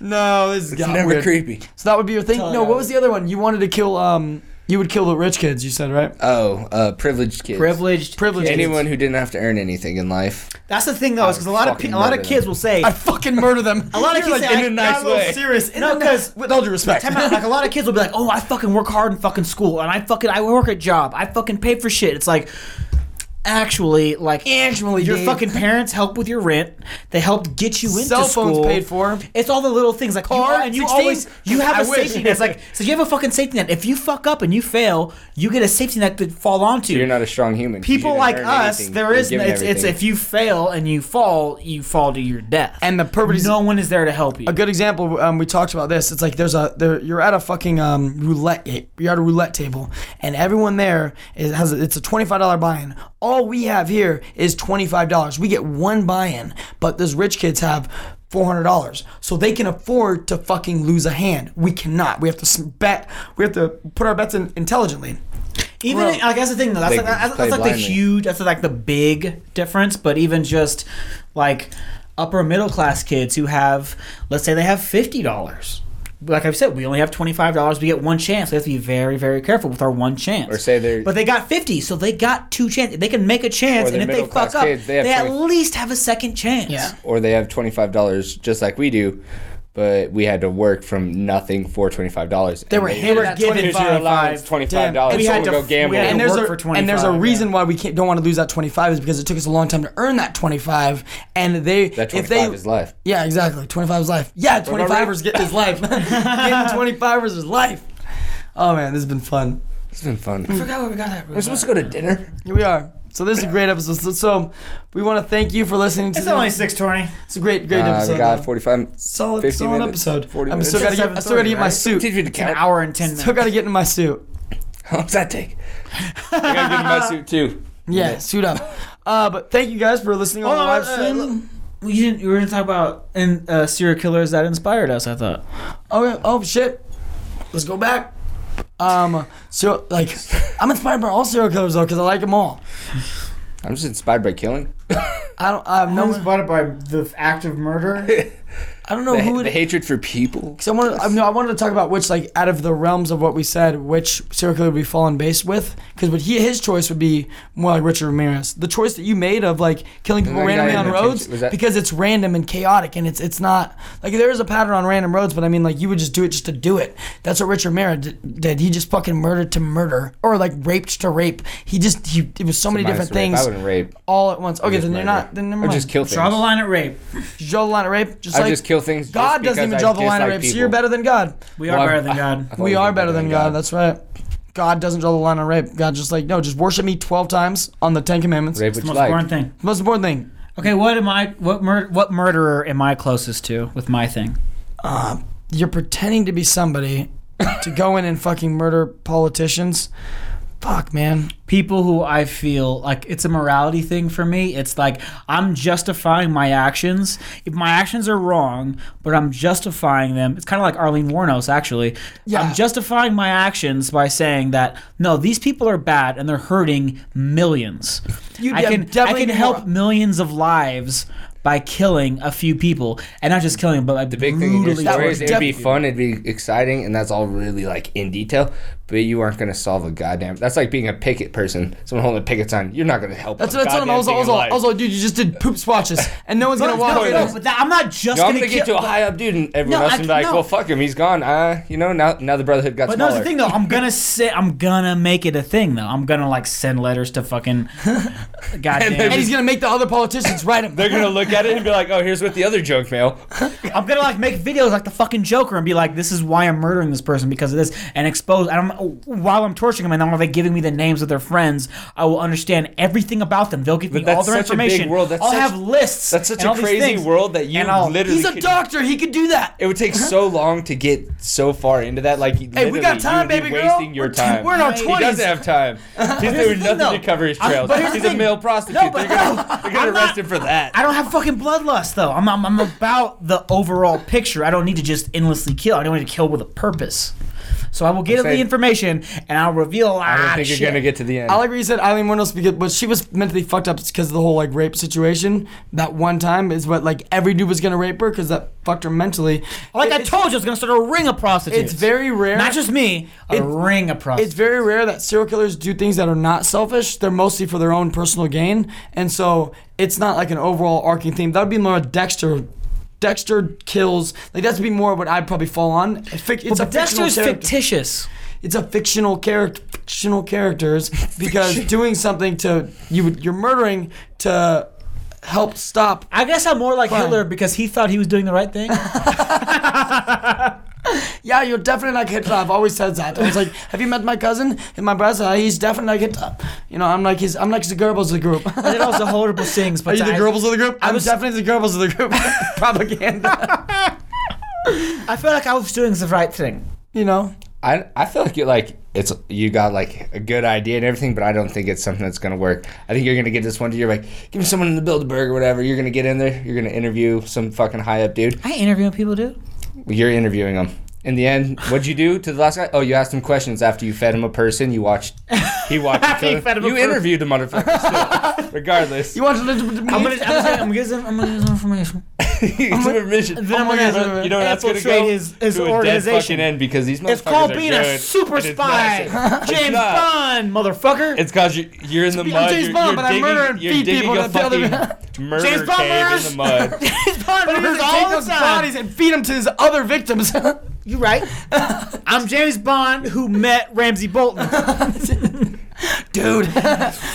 S3: no, this is got
S2: Never
S3: weird.
S2: creepy.
S3: So that would be your thing. No, what was the other one? You wanted to kill. Um, you would kill the rich kids. You said right?
S2: Oh, uh, privileged kids.
S6: Privileged.
S3: Privileged. kids.
S2: Anyone who didn't have to earn anything in life.
S6: That's the thing though, is because a lot of pe-
S2: Fucking
S6: a lot of
S2: murder
S6: kids
S2: them.
S6: will say
S3: I fucking murder them.
S6: a lot of kids
S2: like,
S6: say,
S2: in
S6: I
S2: a
S6: got
S2: nice
S6: a little
S2: way.
S6: serious. In
S3: No,
S6: the- 'cause-
S3: with all due respect.
S6: Time out. Like a lot of kids will be like, "Oh, I fucking work hard in fucking school, and I fucking I work a job, I fucking pay for shit." It's like, actually, like
S3: Actually,
S6: your
S3: Dave.
S6: fucking parents help with your rent. They helped get you into
S3: Cell phones
S6: school.
S3: paid for.
S6: It's all the little things like you,
S3: Car,
S6: and you
S3: 16?
S6: always you have
S3: I
S6: a
S3: wish.
S6: safety net. It's like so you have a fucking safety net. If you fuck up and you fail, you get a safety net to fall onto.
S2: You're not a strong human. 'cause you
S6: People
S2: didn't
S6: like
S2: earn
S6: us,
S2: anything.
S6: there
S2: You're
S6: is
S2: given
S6: it's, it's
S2: everything.
S6: if you fail and you fall, you fall to your death.
S3: And the perfect-
S6: no one is there to help you.
S3: a good example um, we talked about this it's like there's a there you're at a fucking um, roulette gate you're at a roulette table and everyone there is has a, it's a $25 buy-in all we have here is $25 we get one buy-in but those rich kids have $400 so they can afford to fucking lose a hand we cannot we have to s- bet we have to put our bets in intelligently
S6: Even
S3: Well,
S6: like that's the thing though. That's
S2: they
S6: like, that's,
S2: play
S6: that's like the
S2: blindly.
S6: huge. That's like the big difference. But even just like upper middle class kids who have, let's say they have fifty dollars. Like I've said, we only have twenty five dollars. We get one chance. We have to be very, very careful with our one chance.
S2: Or say they're-
S6: But they got fifty, so they got two chances. They can make a chance,
S2: Or
S6: and
S2: they're
S6: if they
S2: middle-class
S6: fuck up,
S2: kids,
S6: they,
S2: they have
S6: at
S2: 20
S6: least have a second chance. Yeah.
S2: or they have twenty five dollars just like we do, but we had to work from nothing for twenty five dollars.
S3: they were
S2: handed
S3: hammered at given
S2: twenty five dollars.
S6: We
S2: We
S6: had
S2: had
S6: to
S2: go
S6: f- we
S2: gamble.
S6: had
S3: and
S6: to
S3: there's
S6: work
S3: a
S6: for
S3: and there's a
S6: 25,
S3: reason why we can't, don't want to lose that 25 is because it took us a long time to earn that 25 and they
S2: that twenty
S3: if they
S2: five is life.
S3: yeah exactly 25 is life yeah 25ers get his life getting 25ers is life oh man this has been fun
S2: It's been fun.
S3: we got that
S2: We're supposed to go to dinner.
S3: here we are so this is a great episode so, so we want to thank you for listening to
S6: It's
S3: the-
S6: only six twenty.
S3: it's a great great
S2: Uh,
S3: episode
S2: we got
S3: man.
S2: forty five.
S3: solid
S2: 50
S3: solid
S2: minutes,
S3: episode
S2: 40
S3: I'm
S2: minutes.
S3: still gotta get, I still gotta get my suit
S2: Teach me to count.
S6: An hour and ten
S3: still
S6: minutes.
S3: gotta get in my suit
S2: How does that take? I gotta get in my suit too.
S3: yeah, suit up uh, but thank you guys for listening on the
S6: Oh,
S3: live
S6: uh,
S3: stream
S6: We didn't. We were gonna talk about and uh, serial killers that inspired us. I thought.
S3: Oh yeah. Oh shit. Let's go back. Um. So like, I'm inspired by all serial killers though, cause I like them all.
S2: I'm just inspired by killing.
S3: I don't. I have no.
S6: inspired by the act of murder.
S3: I don't know
S2: The,
S3: who
S2: the
S3: it is.
S2: hatred for people.
S3: I wanted. I, no, I wanted to talk about which like out of the realms of what we said, which serial killer would be fallen base with, cause what he his choice would be more like Richard Ramirez. The choice that you made of like killing people
S2: that guy
S3: randomly
S2: in
S3: on
S2: the
S3: roads
S2: kitchen- was that-
S3: because it's random and chaotic and it's it's not like there is a pattern on random roads, but I mean like you would just do it just to do it. That's what Richard Ramirez did. did. He just fucking murdered to murder or like raped to rape. He just he it was so many
S2: Minus
S3: different
S2: rape.
S3: things
S2: I wouldn't rape.
S3: all at once. Okay,
S2: Just
S3: then you're
S2: murder.
S3: not. Then never
S2: Or
S3: mind.
S2: just kill things.
S6: Draw the line at rape.
S3: You draw the line of rape. Just
S2: I
S3: like
S2: just kill things.
S3: God
S2: just
S3: doesn't even
S2: because
S3: draw
S2: I
S3: the line of
S2: dislike
S3: rape. So
S2: people.
S3: you're better than God.
S6: We are
S2: Well,
S6: better than
S2: I-
S6: God.
S2: I thought
S3: We
S2: you
S3: are
S2: were
S3: better than
S2: uh,
S3: God. That's right. God doesn't draw the line of rape. God just like no, just worship me twelve times on the Ten Commandments.
S2: Rape
S6: It's
S2: what
S6: the
S2: you
S6: most
S2: like.
S6: important thing.
S3: Most important thing,
S6: Okay, what am I? What mur- What murderer am I closest to with my thing?
S3: you're pretending to be somebody to go in and fucking murder politicians. Fuck, man.
S6: People who I feel like it's a morality thing for me. It's like I'm justifying my actions. If my actions are wrong, but I'm justifying them. It's kind of like Arlene Warnos, actually.
S3: Yeah.
S6: I'm justifying my actions by saying that no, these people are bad and they're hurting millions.
S3: You'd
S6: I
S3: be-
S6: can I
S3: definitely
S6: can
S3: be
S6: help
S3: moral.
S6: millions of lives by killing a few people, and not just killing, but like the
S2: big thing in your story
S3: would
S2: is it'd
S3: definitely-
S2: be fun, it'd be exciting, and that's all really like in detail. But you aren't gonna solve a goddamn. That's like being a picket person. Someone holding a picket sign. You're not gonna help.
S3: That's
S2: a
S3: what I told him. I was,
S2: goddamn
S3: I, was,
S2: thing in
S3: I was
S2: life.
S3: like, dude, you just did poop swatches, and no one's
S6: No,
S3: gonna walk
S6: no,
S3: in.
S6: no, but that, I'm not just
S2: No, I'm
S6: gonna,
S2: gonna get
S6: kill-
S2: to a high up dude, and everyone
S6: No,
S2: else
S6: I
S2: would be like,
S6: c- no.
S2: "Well, fuck him, he's gone." Uh, you know, now now the brotherhood got
S6: But no,
S2: smaller.
S6: that's the thing though. I'm gonna say I'm gonna make it a thing though. I'm gonna like send letters to fucking goddamn.
S3: And he's gonna make the other politicians write him.
S2: They're gonna look
S8: at it and be like, oh, here's what the other joke mail.
S6: I'm gonna like make videos like the fucking Joker and be like, this is why I'm murdering this person because of this, and expose. And I'm while I'm torturing them, and then while they giving me the names of their friends, I will understand everything about them. They'll give me all
S8: that's
S6: their
S8: such a big
S6: information.
S8: world. That's
S6: I'll
S8: such-
S6: have lists.
S8: That's such
S6: and
S8: a
S6: all these
S8: crazy
S6: things.
S8: world that you
S6: And I'll-
S8: literally.
S3: He's a
S8: could-
S3: doctor. He could do that.
S8: It would take so long to get so far into that. Like, hey,
S3: we got time, baby girl.
S8: Wasting your
S3: We're t-
S8: time.
S3: we're in our
S8: He
S3: 20s.
S8: doesn't have time. He's doing nothing to cover his trails.
S6: but here's
S8: He's
S6: the
S8: a
S6: thing.
S8: male prostitute.
S6: No, but-
S8: they're gonna, they're gonna
S6: I'm not-
S8: arrest him for that.
S6: I don't have fucking bloodlust though. I'm, I'm I'm about the overall picture. I don't need to just endlessly kill. I don't need to kill with a purpose. So I will get the
S8: saying-
S6: information and I'll reveal a lot
S8: I don't think
S6: of shit.
S8: you're gonna get to the end.
S3: I like what you said, Eileen Wuornos, because but she was mentally fucked up because of the whole like rape situation. That one time is what like every dude was gonna rape her because that fucked her mentally.
S6: like
S3: It-
S6: I told you, I was gonna start a ring of prostitutes.
S3: it's very rare.
S6: not just me. A
S3: It's-
S6: ring of prostitutes.
S3: It's very rare that serial killers do things that are not selfish. They're mostly for their own personal gain, and so it's not like an overall arcing theme. That would be more Dexter. Dexter kills. Like that's would be more what I'd probably fall on. Fic- It's a
S6: but
S3: fictional
S6: Dexter's
S3: character.
S6: fictitious.
S3: it's a fictional character fictional characters because doing something to you would- you're murdering to help stop
S6: I guess I'm more like Hitler because he thought he was doing the right thing.
S3: yeah you're definitely like hitler i've always said that i was like have you met my cousin and my brother he's definitely like hitler you know i'm like his i'm like the goebbels of the group
S6: I did all the horrible things, but I,
S3: of the group
S6: I
S3: i'm
S6: was-
S3: definitely the goebbels of the group propaganda
S6: I feel like I was doing the right thing.
S3: you know
S2: I, I feel like you like it's you got like a good idea and everything, but I don't think it's something that's gonna work. I think you're gonna get this one. You're like, give me someone in the Bilderberg or whatever. You're gonna get in there. You're gonna interview some fucking high up dude.
S6: I interviewing people, dude.
S2: You're interviewing him. In the end, what'd you do to the last guy? Oh, you asked him questions after you fed him a person. You watched. He watched.
S6: After you
S2: you
S6: fed him a
S2: you
S6: person.
S2: interviewed the motherfucker. Still, regardless,
S3: you want to i'm
S6: I'm gonna, I'm gonna, I'm gonna give them, I'm gonna give them information.
S8: It's a remission.
S6: Then I'm
S8: Oh my
S6: gonna
S8: God, you know that's gonna
S6: infiltrate
S8: go
S6: his- his
S8: to a
S6: organization.
S8: dead fucking end because these motherfuckers
S6: It's called
S8: are
S6: being
S8: good,
S6: a super
S8: and it's not
S6: spy,
S8: safe.
S6: James
S8: not.
S6: Bond, motherfucker.
S8: It's cause you, you're in the
S3: I'm
S8: mud.
S3: James
S8: you're,
S3: Bond,
S8: you're
S3: but I
S8: digging,
S3: murder and
S8: you're
S3: feed
S8: digging
S3: people
S8: a
S3: and I feel
S8: fucking
S3: the-
S8: murder
S6: James Bond
S8: cave in
S6: murders.
S8: the mud.
S6: James Bond
S3: but he
S6: murders
S3: doesn't
S6: all
S3: take
S6: the
S3: those
S6: time.
S3: bodies and feed them to his other victims
S6: You right? I'm James Bond who met Ramsey Bolton.
S3: dude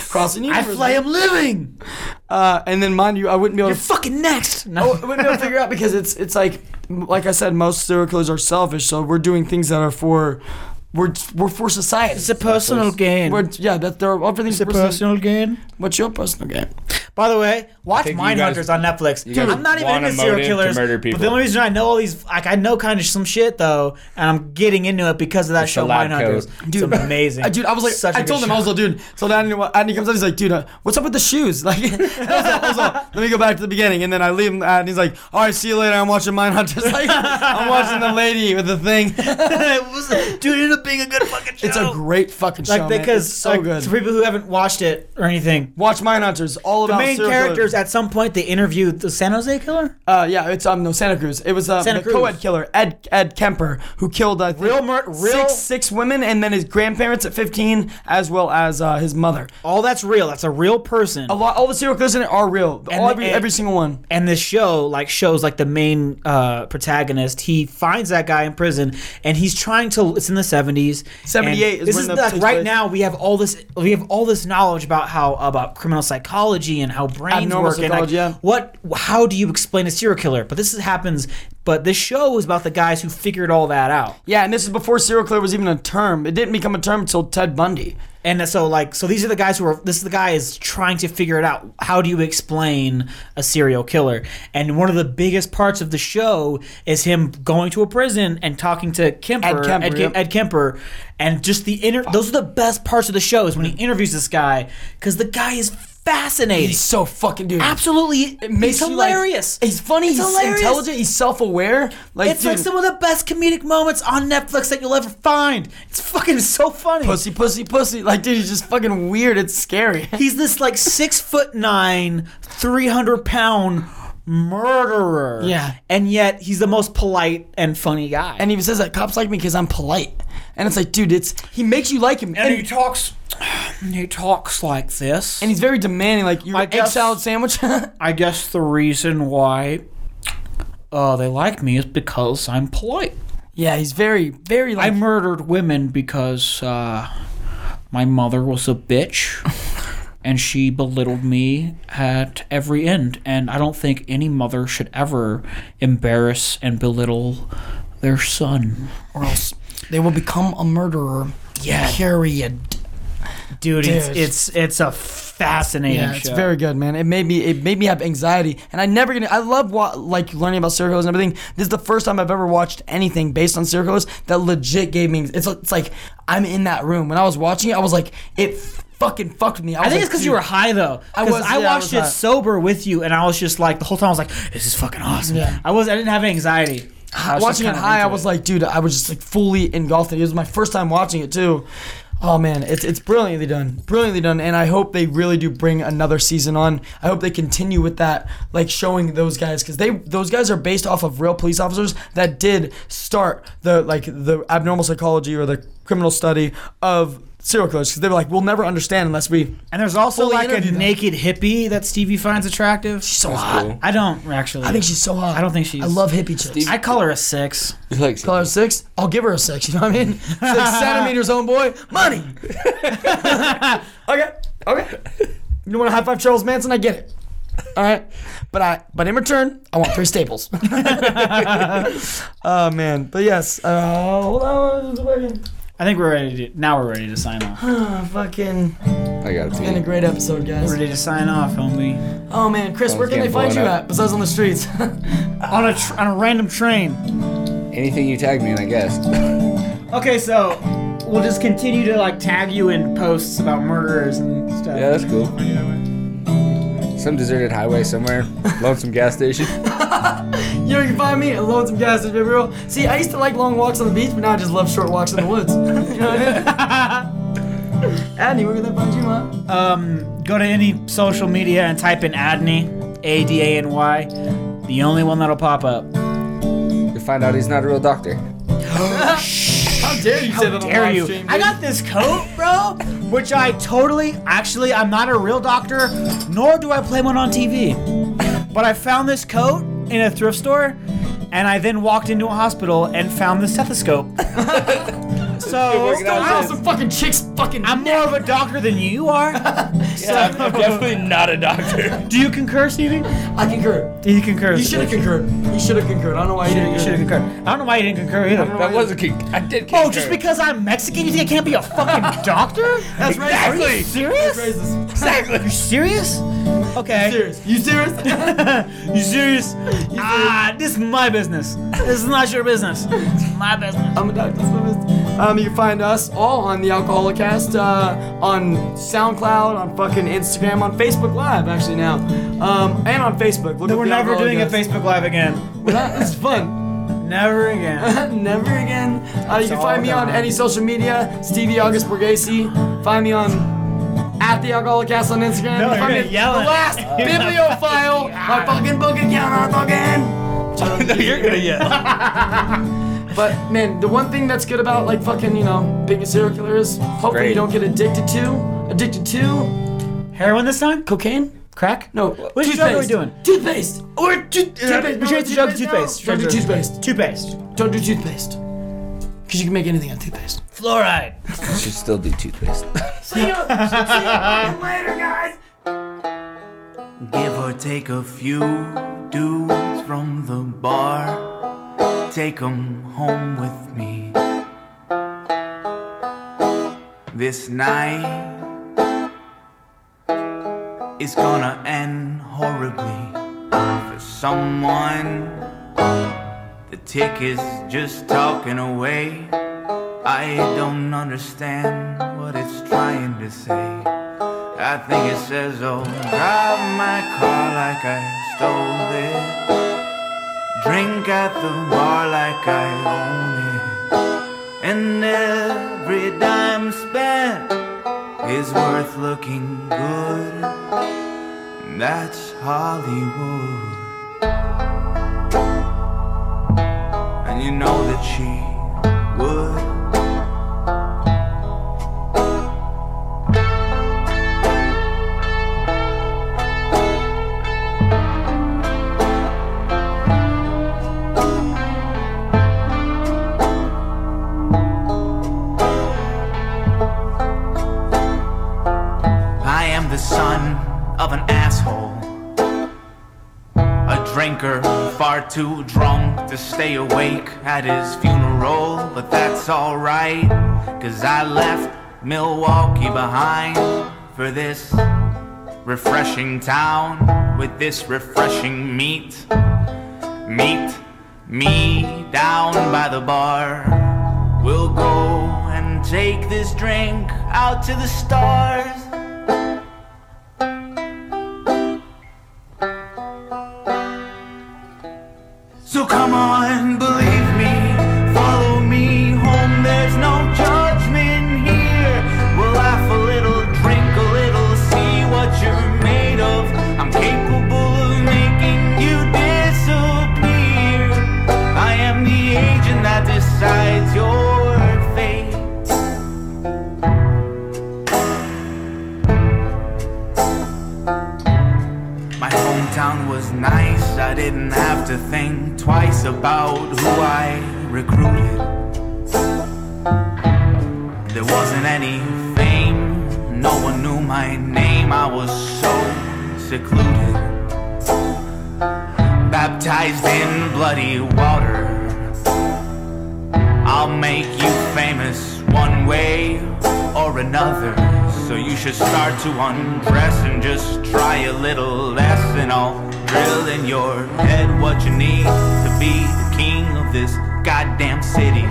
S3: crossing
S6: I
S3: universe.
S6: flay him living.
S3: uh, and then mind you i wouldn't be able
S6: You're
S3: to
S6: fucking next.
S3: Oh,
S6: No.
S3: we don't figure out because it's it's like like I said, most serial killers are selfish, so we're doing things that are for we're we're for society.
S6: It's a personal gain.
S3: We're, yeah, that there are everything's personal.
S6: gain.
S3: What's your personal game?
S6: By the way, watch
S8: think you guys-
S6: Mindhunters on Netflix.
S8: guys
S6: I'm not even
S8: want
S6: into
S8: a
S6: serial
S8: motive to
S6: killers.
S8: murder
S6: But
S8: people.
S6: the only reason I know all these, like, I know kind of some shit though, and I'm getting into it because of that show,
S2: lab
S6: Mindhunters.
S3: Dude.
S6: it's amazing.
S3: Uh, dude, I was like,
S6: Such a
S3: I
S6: good
S3: told him,
S6: show.
S3: I was like, dude. So then you know what, Andy comes up, he's like, dude, uh, what's up with the shoes? Like, I was like, I was like, let me go back to the beginning, and then I leave him, and he's like, all right, see you later. I'm watching Mindhunters. Like, I'm watching the lady with the thing.
S6: It was- dude, it ended up being a good fucking show.
S3: It's a great fucking show,
S6: like
S3: man.
S6: because
S3: It's so
S6: like,
S3: good.
S6: for people who haven't watched it or anything,
S3: Watch Mindhunters. All
S6: the
S3: about
S6: main
S3: Oh, serial killers.
S6: characters at some point they interviewed the San Jose killer,
S3: Uh, yeah, it's um no Santa Cruz. It was uh,
S6: Santa
S3: the co-ed
S6: Cruz.
S3: killer Ed Ed Kemper who killed I think,
S6: Real mur- real-
S3: six, six women and then his grandparents at 15 as well as uh, his mother.
S6: all that's real. That's a real person.
S3: A lot, all the serial killers in it are real.
S6: And
S3: all,
S6: the-
S3: every,
S6: and-
S3: every single one.
S6: and this show like shows like the main uh, protagonist he finds that guy in prison and he's trying to it's in the 70s
S3: 78
S6: and
S3: is
S6: this
S3: when
S6: is
S3: that
S6: like
S3: takes
S6: right
S3: place.
S6: now we have all this we have all this knowledge about how about criminal psychology and how brains
S3: Abnormal
S6: work and like,
S3: psychology, yeah.
S6: what how do you explain a serial killer but this is, happens but this show is about the guys who figured all that out
S3: Yeah, and this is before serial killer was even a term. It didn't become a term until Ted Bundy.
S6: and so like so these are the guys who are this is the guy is trying to figure it out how do you explain a serial killer and one of the biggest parts of the show is him going to a prison and talking to Kemper
S3: Ed Kemper,
S6: Ed, Ke-
S3: yep.
S6: Ed Kemper and just the inner those are the best parts of the show is when he interviews this guy cuz the guy is fascinating
S3: He's so fucking dude.
S6: absolutely
S3: It makes
S6: he's
S3: you, like-
S6: hilarious
S3: he's funny.
S6: It's
S3: he's
S6: hilarious.
S3: intelligent. He's self-aware. Like
S6: it's like
S3: dude,
S6: some of the best comedic moments on Netflix that you'll ever find. It's fucking so funny.
S3: pussy, pussy, pussy. Like dude, he's just fucking weird. It's scary.
S6: He's this like six foot nine, three hundred pound murderer.
S3: Yeah.
S6: and yet he's the most polite and funny guy.
S3: and he even says that cops like me because I'm polite. And it's like, dude, it's he makes you like him, and, and,
S6: talks, he talks like this.
S3: he's very demanding. Like your
S6: I
S3: egg
S6: guess-
S3: salad sandwich.
S6: I guess the reason why uh, they like me is because I'm polite.
S3: yeah, he's very, very
S6: I
S3: like.
S6: murdered women because uh, my mother was a bitch.
S1: and she belittled me at every end. And I don't think any mother should ever embarrass and belittle their son.
S3: or else they will become a murderer.
S1: Yeah.
S3: Period.
S6: dude, it's
S3: Dude.
S6: it's it's a fascinating
S3: Yeah, it's
S6: show.
S3: very good, man. It made me it made me have anxiety, and I never gonna. I love wa- like learning about serial killers and everything. This is the first time I've ever watched anything based on serial killers that legit gave me. It's it's like I'm in that room when I was watching it. I was like it fucking fucked me. I,
S6: I
S3: was
S6: think
S3: like,
S6: it's because
S3: dude.
S6: you were high though.
S3: I
S6: Because I,
S3: was- yeah, I
S6: watched
S3: was
S6: it
S3: high.
S6: sober with you, and I was just like the whole time I was like, "This is fucking awesome."
S3: Yeah.
S6: I was I didn't have anxiety. I was just
S3: watching it
S6: kinda
S3: high. I
S6: into
S3: was like, dude, I was just like fully engulfed in it. It was my first time watching it too. Oh man, it's it's brilliantly done, brilliantly done, and I hope they really do bring another season on. I hope they continue with that, like showing those guys because they those guys are based off of real police officers that did start the like the abnormal psychology or the criminal study of serial killers because they were like, we'll never understand unless we.
S6: and there's also
S3: fully
S6: like a
S3: interview them.
S6: naked hippie that Stevie finds attractive.
S3: She's so hot.
S6: I don't actually.
S3: I think she's so hot.
S6: I don't think she's-
S3: I love hippie chicks.
S6: I call her a six.
S2: Like,
S3: Color six, I'll give her a six. You know what I mean? Six centimeters, homeboy, money. okay, okay. You want to high five Charles Manson? I get it. All right, but I, but in return, I want three staples. oh man, but yes. Uh, hold on, just waiting.
S6: I think we're ready. To, now we're ready to sign off.
S3: Oh, fucking,
S2: I got
S3: been a
S2: it.
S3: great episode, guys.
S6: We're ready to sign off, homie.
S3: Oh man, Chris, where can they
S2: getting
S3: find you
S2: blown up.
S3: at besides on the streets?
S6: On a tr- on a random train.
S2: Anything you tag me in, I guess.
S6: Okay, so we'll just continue to like tag you in posts about murders and stuff.
S2: Yeah, that's cool. Some deserted highway somewhere, lonesome gas station.
S3: you know, you can find me at Lonesome Gas Station Baby Roll. See, I used to like long walks on the beach, but now I just love short walks in the woods. you know what I mean? Adney, where can they find you, man?
S6: Um, go to any social media and type in Adney, A D A N Y. The only one that'll pop up.
S2: You find out he's not a real doctor.
S3: How dare you say that
S6: Dare you? I got this coat, bro, which I totally, actually, I'm not a real doctor, nor do I play one on TV. But I found this coat in a thrift store, and I then walked into a hospital and found the stethoscope. so
S3: some fucking chicks fucking
S6: I'm more of a doctor than you are.
S4: I'm definitely not a doctor.
S6: Do you concur, Stevie?
S3: I concur.
S6: He concurs.
S3: You should have concurred. You should have concurred. I don't know why you didn't.
S6: You should have concurred. I don't know why you didn't concur either.
S4: That was a king. I did.
S6: Oh, just because I'm Mexican, you think I can't be a fucking doctor? That's
S3: right.
S6: Are you serious?
S3: Racist.
S6: Exactly. You're serious? Okay.
S3: Serious. You serious?
S6: you serious? Ah, this is my business. This is not your business. This is my business.
S3: I'm a Dr. Smith. Um, you can find us all on the Alcoholicast, uh, on SoundCloud, on fucking Instagram, on Facebook Live, actually now, um, and on Facebook. Look at
S6: We're
S3: the
S6: never doing a
S3: Alcoholicast.
S6: Facebook Live again.
S3: We're not- It's fun.
S6: Never again.
S3: never again. Uh, you can
S6: all
S3: find me on
S6: gone.
S3: any social media. Stevie August Borghese. Find me on at the Alcoholicast on Instagram.
S6: No, you're
S3: Find me
S6: gonna yell
S3: the
S6: it.
S3: last bibliophile. my fucking book account. I'm fucking.
S4: You're gonna yell.
S3: But man, the one thing that's good about like fucking, you know, being a serial killer is hopefully
S2: Great.
S3: you don't get addicted to addicted to
S6: Heroin this time?
S3: cocaine.
S6: Crack?
S3: No,
S6: Which
S3: toothpaste.
S6: drug are we doing?
S3: Toothpaste. Or tooth- toothpaste.
S6: we should
S3: Remember
S6: have to jug toothpaste.
S3: Don't do toothpaste.
S6: Toothpaste.
S3: Don't do toothpaste. Cause you can make anything out of toothpaste.
S6: Fluoride.
S2: You should still do toothpaste.
S9: Give or take a few dudes from the bar. Take 'em home with me. This night is gonna end horribly for someone. The tick is just talking away. I don't understand what it's trying to say. I think it says, oh, drive my car like I stole it. Drink at the bar like I own it. And every dime spent is worth looking good. That's Hollywood. And you know that she would. I am the son of an asshole. A drinker, far too drunk to stay awake at his funeral, but that's alright, cause I left Milwaukee behind for this refreshing town with this refreshing meat. Meet me down by the bar. We'll go and take this drink out to the stars. So come on, believe me, follow me home. There's no judgment here. We'll laugh a little, drink a little, see what you're made of. I'm capable of making you disappear. I am the agent that decides your fate. My hometown was nice, I didn't have to think twice about who I recruited. There wasn't any fame, no one knew my name, I was so secluded. Baptized in bloody water, I'll make you famous one way or another. So you should start to undress and just try a little less. And I'll drill in your head what you need to be the king of this goddamn city.